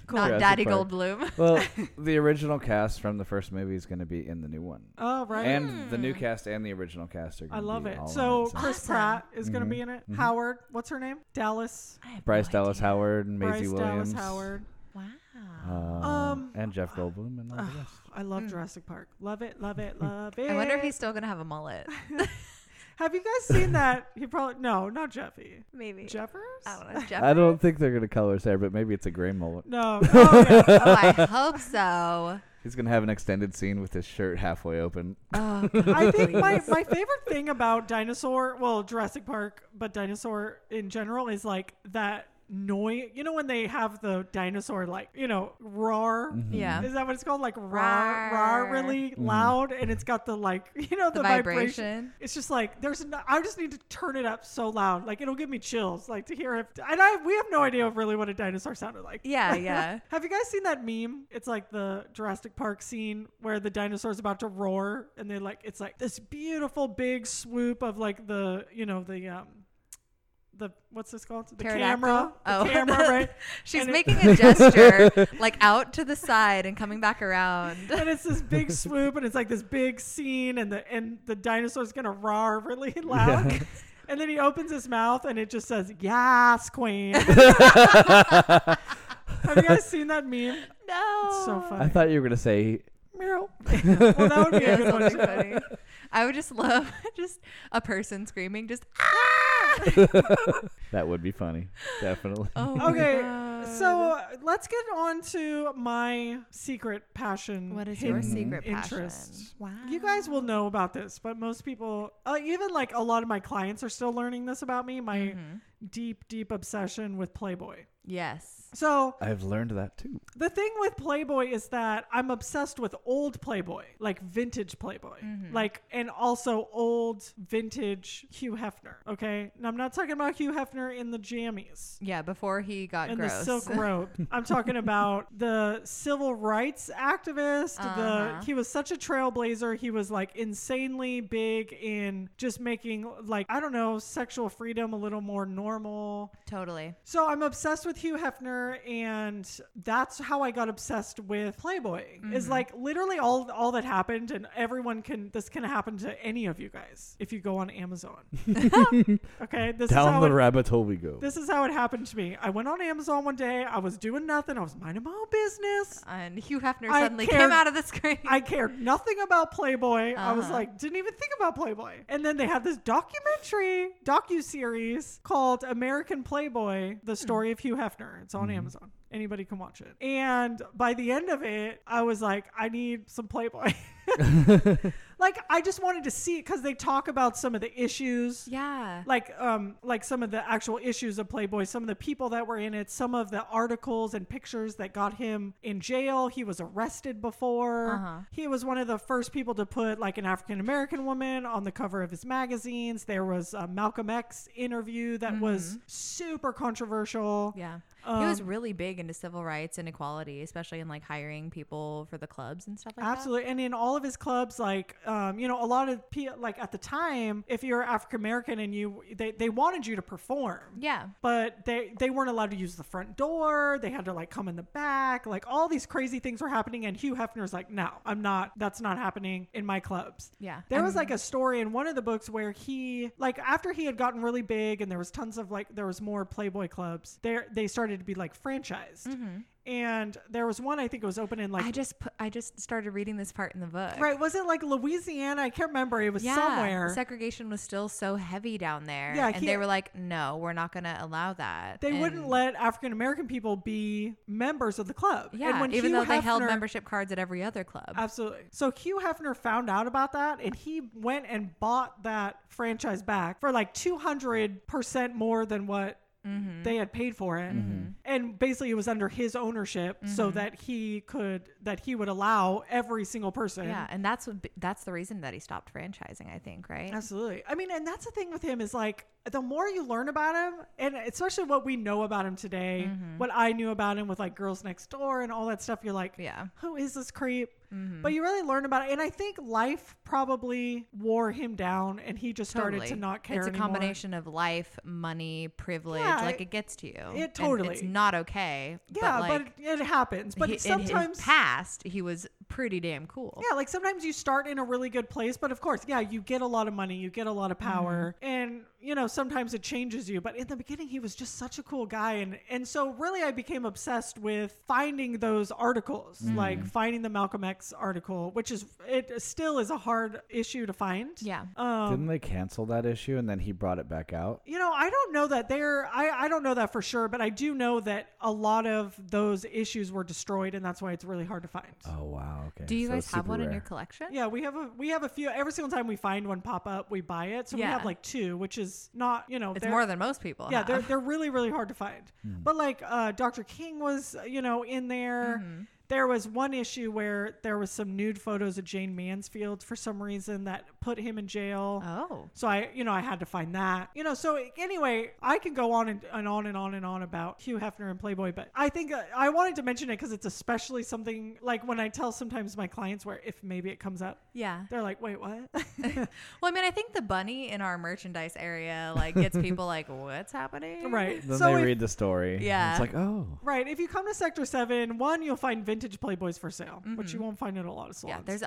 C: Cool.
B: Not
C: Jurassic
B: Daddy
C: Park.
B: Goldblum. (laughs)
C: Well, the original cast from the first movie is going to be in the new one.
A: Oh right.
C: And the new cast and the original cast are
A: I
C: going to be
A: love it.
C: all in
A: So
C: it, Mm-hmm.
A: Chris
B: Awesome.
A: Pratt is going to be in it. Howard, what's her name? Dallas.
B: I have no
C: Bryce Dallas
B: idea.
C: Howard and Maisie
A: Bryce
C: Williams.
A: Dallas Howard.
B: Wow.
C: Um,
A: Um, uh,
C: and Jeff Goldblum and all the rest.
A: I love Jurassic Park. Love it. Love
C: (laughs)
A: it. Love it.
B: Hmm. I wonder if he's still gonna have a mullet.
A: Have you guys seen that? He probably no, not
B: (laughs)
A: Jeffy.
B: (laughs) Maybe.
A: Jeffers.
B: I don't know. Jeff.
C: I don't think they're going to color his hair, but maybe it's a gray mullet. (laughs)
A: No. Oh, yeah.
B: oh, I hope so.
C: He's going to have an extended scene with his shirt halfway open.
B: Oh,
C: (laughs)
A: I think my,
B: please.
A: my favorite thing about dinosaur, well, Jurassic Park, but dinosaur in general is like that noise. You know when they have the dinosaur like you know
C: Mm-hmm.
A: roar.
B: yeah.
A: Is that what it's called? Like rar, rar,
B: Rar.
A: really loud, and it's got the like, (laughs) you know, the,
B: The
A: vibration.
B: vibration.
A: It's just like there's. No, I just need to turn it up so loud, like it'll give me chills, like to hear it. And I, we have no idea really what a dinosaur sounded like.
B: Yeah, (laughs) yeah.
A: Have you guys seen that meme? It's like the Jurassic Park scene where the dinosaur's about to roar, and they like, it's like this beautiful big swoop of like the, you know, the um. The, what's this called? The camera. The
B: Pterodactyl? Oh. (laughs)
A: camera, right?
B: She's
A: And it-
B: (laughs) making a gesture like out to the side and coming back around.
A: and it's this big swoop and it's like this big scene and the and the dinosaur's gonna roar (laughs) really loud and then he opens his mouth and it just says yes queen have you guys seen that meme
B: (laughs) No.
A: it's
B: (laughs)
A: so
C: I
A: funny
C: thought you were
A: (laughs)
C: going to say (laughs)
A: Meryl. well that would be a
B: Yes,
A: good one
B: that'd be
A: too.
B: funny. I would just love (laughs) just a person screaming, just (laughs) ah!
C: that would be funny. Definitely.
A: Um,
B: Oh my
A: okay
B: God.
A: so uh, let's get on to my secret passion
B: what is your
A: hidden
B: secret
A: interest
B: passion? Wow.
A: You guys will know about this, but most people, uh, even like a lot of my clients, are still learning this about me. My
B: Mm-hmm.
A: deep, deep obsession with Playboy.
B: Yes.
A: So
C: I've learned that too.
A: the thing with Playboy is that I'm obsessed with old Playboy, like vintage Playboy,
B: Mm-hmm.
A: like and also old vintage Hugh Hefner. Okay, and I'm not talking about Hugh Hefner in the jammies
B: Yeah, before he got
A: and
B: gross.
A: the
B: (laughs)
A: silk robe. I'm talking about the civil rights activist.
B: Uh-huh.
A: The he was such a trailblazer. He was like insanely big in just making like I don't know sexual freedom a little more normal.
B: totally.
A: So I'm obsessed with Hugh Hefner, and that's how I got obsessed with Playboy. Is like literally all all that happened, and everyone can. This can happen to any of you guys if you go on Amazon. okay, this is how
C: Down the
A: it-
C: rabbit hole we go.
A: this is how it happened to me. I went on Amazon one day. I was doing nothing. I was minding my own business.
B: And Hugh Hefner
A: I
B: suddenly
A: cared-
B: came out of the screen.
A: (laughs) I cared nothing about Playboy. I was
B: Uh-huh.
A: like, didn't even think about Playboy. And then they had this documentary, docu series called American Playboy: The Story of Hugh Hefner. It's on Amazon. Anybody can watch it. And by the end of it, I was like, I need some Playboy. (laughs) like I just wanted to see it because they talk about some of the issues.
B: (laughs) Yeah.
A: Like um like some of the actual issues of Playboy, some of the people that were in it, some of the articles and pictures that got him in jail. He was arrested before.
B: Uh-huh.
A: He was one of the first people to put like an African American woman on the cover of his magazines. There was a Malcolm X interview that was super controversial.
B: Mm-hmm. Yeah.
A: um,
B: he was really big into civil rights and equality, especially in like hiring people for the clubs and stuff like
A: Absolutely. And in all of his clubs, like, um, you know, a lot of people, like at the time, if you're African American and you, they, they wanted you to perform.
B: that. Yeah.
A: But they, they weren't allowed to use the front door. They had to like come in the back. Like all these crazy things were happening. And Hugh Hefner's like, no, I'm not. That's not happening in my clubs.
B: Yeah.
A: There
B: And-
A: was like a story in one of the books where he like after he had gotten really big and there was tons of like there was more Playboy clubs. There they started to be like franchised. And there was one I think it was open in like
B: Mm-hmm. I just put, I just started reading this part in the book.
A: Right. Was it like Louisiana? I can't remember. It was
B: Yeah.
A: somewhere.
B: Segregation was still so heavy down there.
A: Yeah,
B: And
A: he-
B: they were like, no, we're not going to allow that.
A: they
B: And-
A: wouldn't let African American people be members of the club.
B: Yeah.
A: And when
B: even
A: Hugh
B: though they held
A: Hefner-
B: membership cards at every other club.
A: Absolutely. So Hugh Hefner found out about that and he went and bought that franchise back for like 200% more than what they had paid for it. And basically it was under his ownership so that he could that he would allow every single person
B: yeah. And that's what, that's the reason that he stopped franchising, I think, right?
A: Absolutely. I mean, and that's the thing with him is like the more you learn about him, and especially what we know about him today,
B: Mm-hmm.
A: what I knew about him with like Girls Next Door and all that stuff, you're like,
B: Yeah. Mm-hmm.
A: who is this creep? But you really learn about it, and I think life probably wore him down, and he just started to
B: Totally.
A: not care.
B: It's a
A: anymore.
B: combination of life, money, privilege.
A: Yeah,
B: like
A: it-
B: it gets to you.
A: it
B: And
A: totally-
B: it's not okay.
A: Yeah,
B: but, like,
A: but it, it happens. But
B: he-
A: it
B: in his
A: sometimes
B: past, he was pretty damn cool.
A: Yeah, like sometimes you start in a really good place, but of course, yeah, you get a lot of money, you get a lot of power, and you know, sometimes it changes you. But in the beginning, he was just such a cool guy. And and so really I became obsessed with finding those articles, like finding the Malcolm X article, which is it still is a hard issue to find.
B: Yeah.
A: Um
C: Didn't they cancel that issue and then he brought it back out?
A: you know, I don't know that they're, I, I don't know that for sure, but I do know that a lot of those issues were destroyed, and that's why it's really hard to find.
C: Oh wow. Okay.
B: Do you
C: so
B: guys
C: it's
B: have
C: super
B: one in
C: rare.
B: your collection?
A: Yeah, we have a we have a few. Every single time we find one pop up, we buy it. So we
B: Yeah.
A: have like two, which is not you know
B: It's
A: they're-
B: more than most people.
A: yeah (laughs)
B: have.
A: they're they're really really hard to find. But like uh, Dr. King was uh, you know in there.
B: Mm-hmm.
A: There was one issue where there was some nude photos of Jane Mansfield for some reason that put him in jail.
B: Oh.
A: So I, you know, I had to find that. You know, so anyway, I can go on and, and on and on and on about Hugh Hefner and Playboy, but I think uh, I wanted to mention it because it's especially something like when I tell sometimes my clients where if maybe it comes up,
B: Yeah.
A: they're like, wait,
B: (laughs)
A: what?
B: Well, I mean, I think the bunny in our merchandise area like gets people like, what's happening?
A: right.
C: Then
A: so
C: they
A: if,
C: read the story. and
B: Yeah.
C: It's like oh.
A: right. If you come to Sector 7, one, you'll find vintage Playboys for sale, which you won't find at a lot of salons.
B: Mm-hmm. Yeah, there's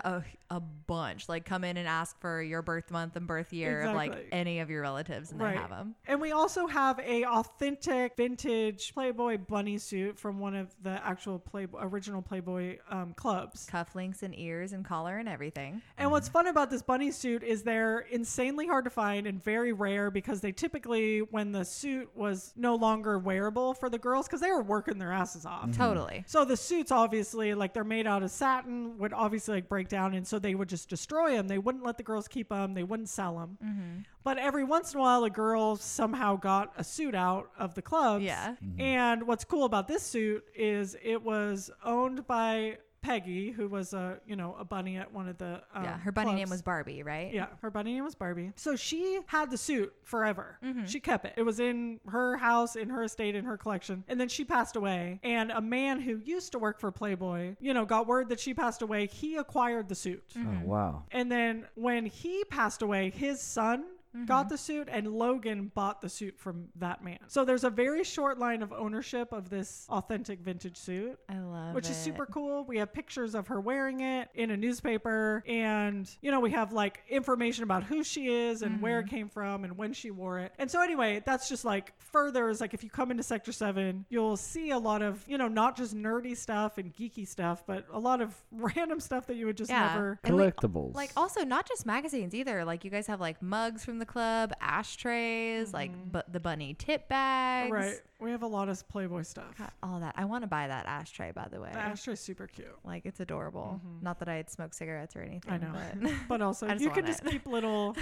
B: a, a bunch. Like, come in and ask for your birth month and birth year of like
A: Exactly.
B: any of your relatives, and they have them.
A: And we also have a authentic vintage Playboy bunny suit from one of the actual Playboy original Playboy um, clubs.
B: Cufflinks and ears and collar and everything.
A: And what's fun about this bunny suit is they're insanely hard to find and very rare because they typically, when the suit was no longer wearable for the girls, because they were working their asses off.
B: Totally.
A: So the suits obviously like they're made out of satin would obviously like break down and so they would just destroy them. They wouldn't let the girls keep them. They wouldn't sell them.
B: Mm-hmm.
A: But every once in a while a girl somehow got a suit out of the clubs.
B: Yeah.
A: And what's cool about this suit is it was owned by Peggy who was a, you know, a bunny at one of the um,
B: yeah. Her bunny name
A: clubs.
B: was Barbie, right?
A: Yeah, her bunny name was Barbie. Mm-hmm. So she had the suit forever. She kept it. It was in her house, in her estate, in her collection. And then she passed away. And a man who used to work for Playboy, you know, got word that she passed away. He acquired the suit.
B: Mm-hmm.
C: Oh wow.
A: And then when he passed away, his son. Got the suit, and Logan bought the suit from that man. So there's a very short line of ownership of this authentic vintage suit
B: I love
A: which is
B: it.
A: super cool. We have pictures of her wearing it in a newspaper, and you know we have like information about who she is and
B: Mm-hmm.
A: where it came from and when she wore it. And so anyway, that's just like furthers like if you come into Sector Seven, you'll see a lot of you know not just nerdy stuff and geeky stuff, but a lot of (laughs) random stuff that you would just
B: Yeah.
A: never.
B: And we-
C: Collectibles.
B: like also not just magazines either. Like you guys have like mugs from the club, ashtrays, like bu- the bunny tip bags.
A: Mm-hmm. Right. We have a lot of Playboy stuff.
B: Got all that. I want to buy that ashtray, by the way.
A: The ashtray's super cute.
B: (laughs) like it's adorable.
A: Mhm.
B: Not that I'd smoke cigarettes or anything.
A: I know.
B: But
A: But
B: (laughs)
A: also,
B: I just
A: you can
B: want
A: just
B: it.
A: keep
B: (laughs)
A: little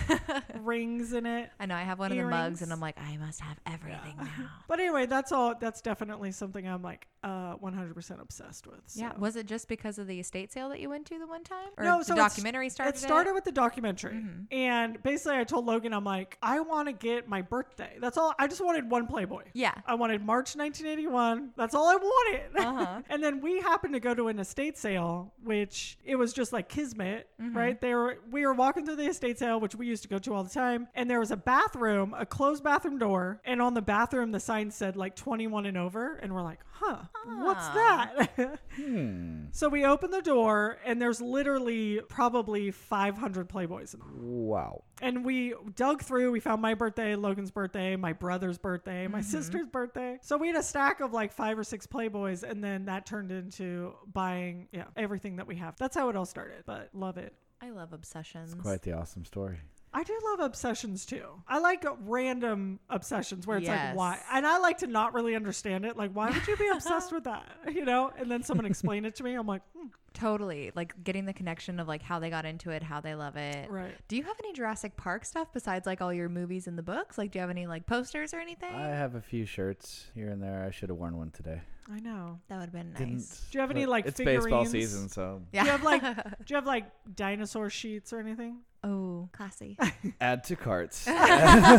A: rings in it.
B: I know I have one of the mugs,
A: Earrings.
B: and I'm like, I must have everything now.
A: But anyway, that's all. That's definitely something I'm like uh, 100% obsessed with.
B: Yeah.
A: so.
B: Was it just because of the estate sale that you went to the one time? Or
A: No,
B: the
A: so it's-
B: documentary started.
A: it started with the documentary.
B: Mhm.
A: And basically, I told Logan, I'm like, I want to get my birthday. That's all. I just wanted one Playboy.
B: Yeah.
A: I wanted March 1981. That's all I wanted. (laughs)
B: Uh-huh.
A: and then we happened to go to an estate sale, which it was just like kismet,
B: Mm-hmm.
A: right? They were we were walking through the estate sale, which we used to go to all the time, and there was a bathroom, a closed bathroom door, and on the bathroom the sign said like 21 and over, and we're like, huh, what's
B: Ah.
A: that? (laughs)
C: Hmm.
A: so we opened the door, and there's literally probably 500 Playboys in there
C: Wow.
A: and we dug through. We found my birthday, Logan's birthday, my brother's birthday, my
B: Mm-hmm.
A: sister's birthday. So we had a stack of like five or six Playboys, and then that turned into buying yeah everything that we have. That's how it all started. But love it.
B: I love obsessions.
C: It's quite the awesome story.
A: I do love obsessions too. I like random obsessions where it's
B: Yes.
A: like why, and I like to not really understand it. Like why would you be obsessed with that? (laughs) You know, and then someone explain it to me. I'm like, hmm,
B: Totally. Like getting the connection of like how they got into it, how they love (laughs) it.
A: right.
B: Do you have any Jurassic Park stuff besides like all your movies and the books? Like, do you have any like posters or anything?
C: I have a few shirts here and there. I should have worn one today.
A: I know.
B: that would have been nice.
C: Didn't,
A: Do you have any,
C: but
A: like,
C: It's baseball
A: figurines? (laughs)
C: season, so
B: Yeah.
A: you have, like-
B: (laughs)
A: Do you have like dinosaur sheets or anything?
B: oh,
A: (laughs)
B: classy.
C: add to carts.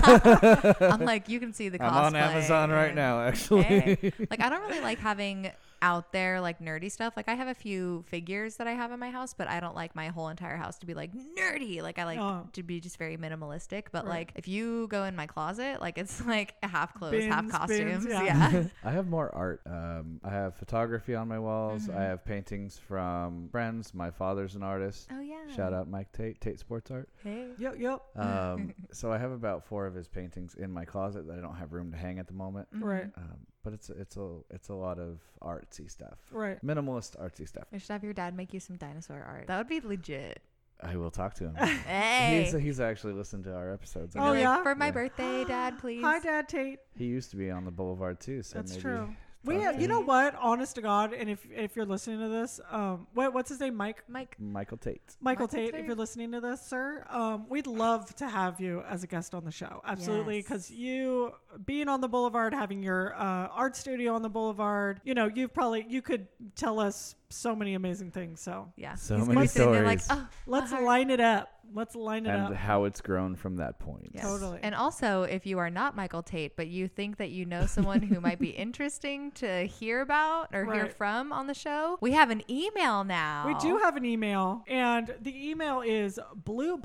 B: I'm like, you can see the. Cosplay
C: I'm on Amazon right
B: and-
C: now, actually.
A: (laughs)
C: (laughs)
B: Hey. Like, I don't really like having out there like nerdy stuff. Like, I have a few figures that I have in my house, but I don't like my whole entire house to be like nerdy. Like, I like
A: Oh.
B: to be just very minimalistic. But
A: Right.
B: like, if you go in my closet, like it's (laughs) like half clothes, half
A: Bins,
B: costumes.
A: bins, yeah. (laughs)
B: yeah. (laughs)
C: I have more art. Um, I have photography on my walls.
A: Mm-hmm.
C: I have paintings from friends. My father's an artist.
B: oh yeah.
C: Shout out Mike Tate, Tate
A: (laughs)
C: Sports Art.
B: Hey.
A: Yep, yep.
C: Um, so I have about four of his paintings in my closet that I don't have room to hang at the moment.
B: Mm-hmm.
A: Right,
C: Um, but it's it's a it's a lot of artsy stuff,
A: right.
C: minimalist artsy stuff.
B: We should have your dad make you some dinosaur art. That would be
A: (laughs)
B: legit.
C: I will talk to him.
B: hey.
C: He's he's actually listened to our episodes.
B: You'd
A: Oh,
B: be like,
A: yeah?
B: For my
C: Yeah.
B: birthday, dad, please.
A: (gasps) Hi, Dad Tate.
C: He used to be on the Boulevard too, so
A: That's
C: maybe
A: true. We
C: talk
A: have,
C: to
A: you know
C: him.
A: what? Honest to God, and if if you're listening to this, um, what what's his name? Mike
B: Mike.
C: Michael Tate.
A: Michael,
B: Michael
A: Tate,
B: Tate.
A: If you're listening to this, sir, um, we'd love to have you as a guest on the show. Absolutely,
B: Yes.
A: because you being on the Boulevard, having your uh, art studio on the Boulevard, you know, you've probably you could tell us so many amazing things. So
B: Yeah.
C: So
B: He's
C: many
B: gonna be sitting there like,
C: stories.
B: oh,
A: let's
B: heart.
A: line it up. Let's line it
C: and
A: up.
C: how it's grown from that point.
B: Yes.
A: Totally.
B: And also, if you are not Michael Tate, but you think that you know someone who might be
A: (laughs)
B: interesting to hear about or hear
A: Right.
B: from on the show, we have an email now.
A: We do have an email, and the email is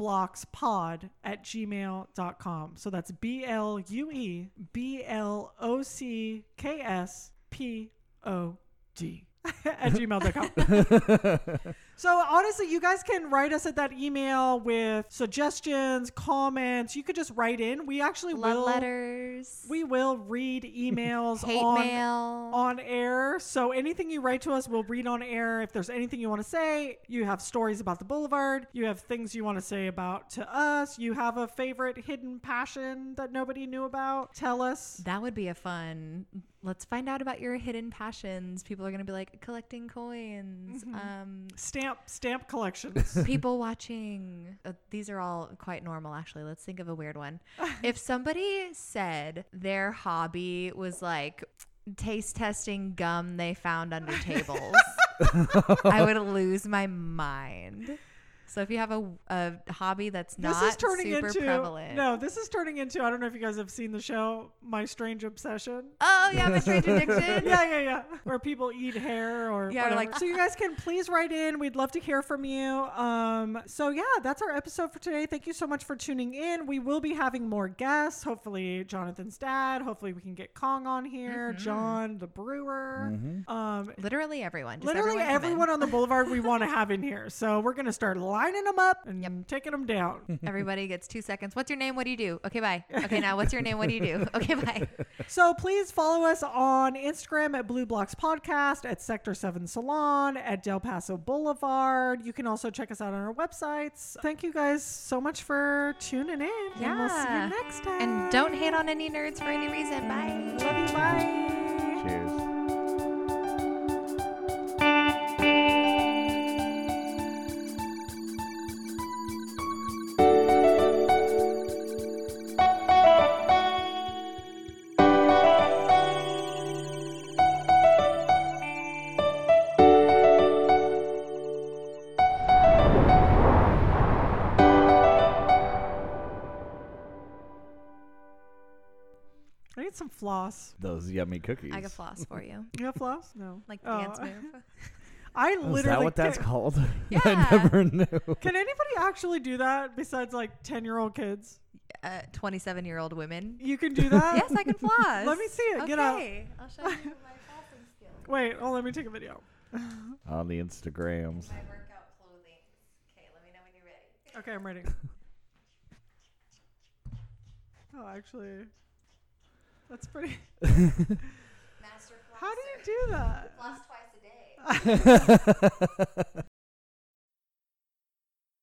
A: blueblockspod at gmail.com. So that's B L U E B L O C K S P O D (laughs) at gmail.com.
B: (laughs)
A: so honestly, you guys can write us at that email with suggestions, comments. You could just write in. We actually
B: love
A: will.
B: letters,
A: We will read emails
B: hate
A: on
B: mail.
A: on air. So anything you write to us, we'll read on air. If there's anything you want to say, you have stories about the boulevard, you have things you want to say about to us, you have a favorite hidden passion that nobody knew about, tell us.
B: that would be a fun. Let's find out about your hidden passions. People are going to be like collecting coins,
A: Mm-hmm.
B: um,
A: Stamp stamp collections.
B: people watching. Uh, these are all quite normal, actually. Let's think of a weird one.
A: (laughs)
B: if somebody said their hobby was like taste testing gum they found under tables,
A: (laughs)
B: I would lose my mind. So if you have a, a hobby that's
A: this
B: not
A: is turning
B: super
A: into
B: prevalent,
A: no. This is turning into. I don't know if you guys have seen the show My Strange Obsession.
B: oh yeah,
A: (laughs)
B: my strange addiction.
A: yeah, yeah, yeah. Where people eat hair or
B: Yeah,
A: whatever.
B: or like-
A: so you guys can please write in. We'd love to hear from you. Um, so yeah, that's our episode for today. Thank you so much for tuning in. We will be having more guests. Hopefully, Jonathan's dad. Hopefully, we can get Kong on here. John the brewer. Um,
B: Literally everyone. Just
A: Literally
B: everyone, come in. (laughs)
A: everyone on the boulevard we want to have in here. So we're going to start lining them up and taking them down.
B: Everybody gets two seconds. What's your name? What do you do? Okay, bye. Okay, now what's your name? What do
A: (laughs)
B: you do? Okay, bye.
A: so please follow us on Instagram at Blue Blocks Podcast, at Sector 7 Salon, at Del Paso Boulevard. You can also check us out on our websites. Thank you guys so much for tuning in. And we'll see
B: Yeah.
A: you next time.
B: And don't hate on any nerds for any reason. Bye.
A: Love you. Bye.
C: Cheers.
A: I need some floss.
C: Those yummy cookies.
B: I can floss for you.
A: You have floss? No.
B: Like
A: Oh.
B: dance move.
A: I
C: Oh,
A: literally.
C: Is that what that's
A: can,
C: called? (laughs)
B: Yeah.
C: I never knew.
A: can anybody actually do that besides like 10 year old kids?
B: (laughs) Uh, 27 year old women.
A: You can do that?
B: (laughs) Yes, I can floss.
A: Let me see it.
B: Okay.
A: Get out.
B: (laughs) I'll show you my flossing skills.
A: Wait, oh, let me take a video.
C: On
A: (laughs)
C: the Instagrams. (laughs)
B: My workout clothing. Okay, let me know when you're ready.
A: Okay, I'm ready. oh, actually, that's pretty.
B: Master
A: How do you do that?
B: (laughs) Floss twice a day.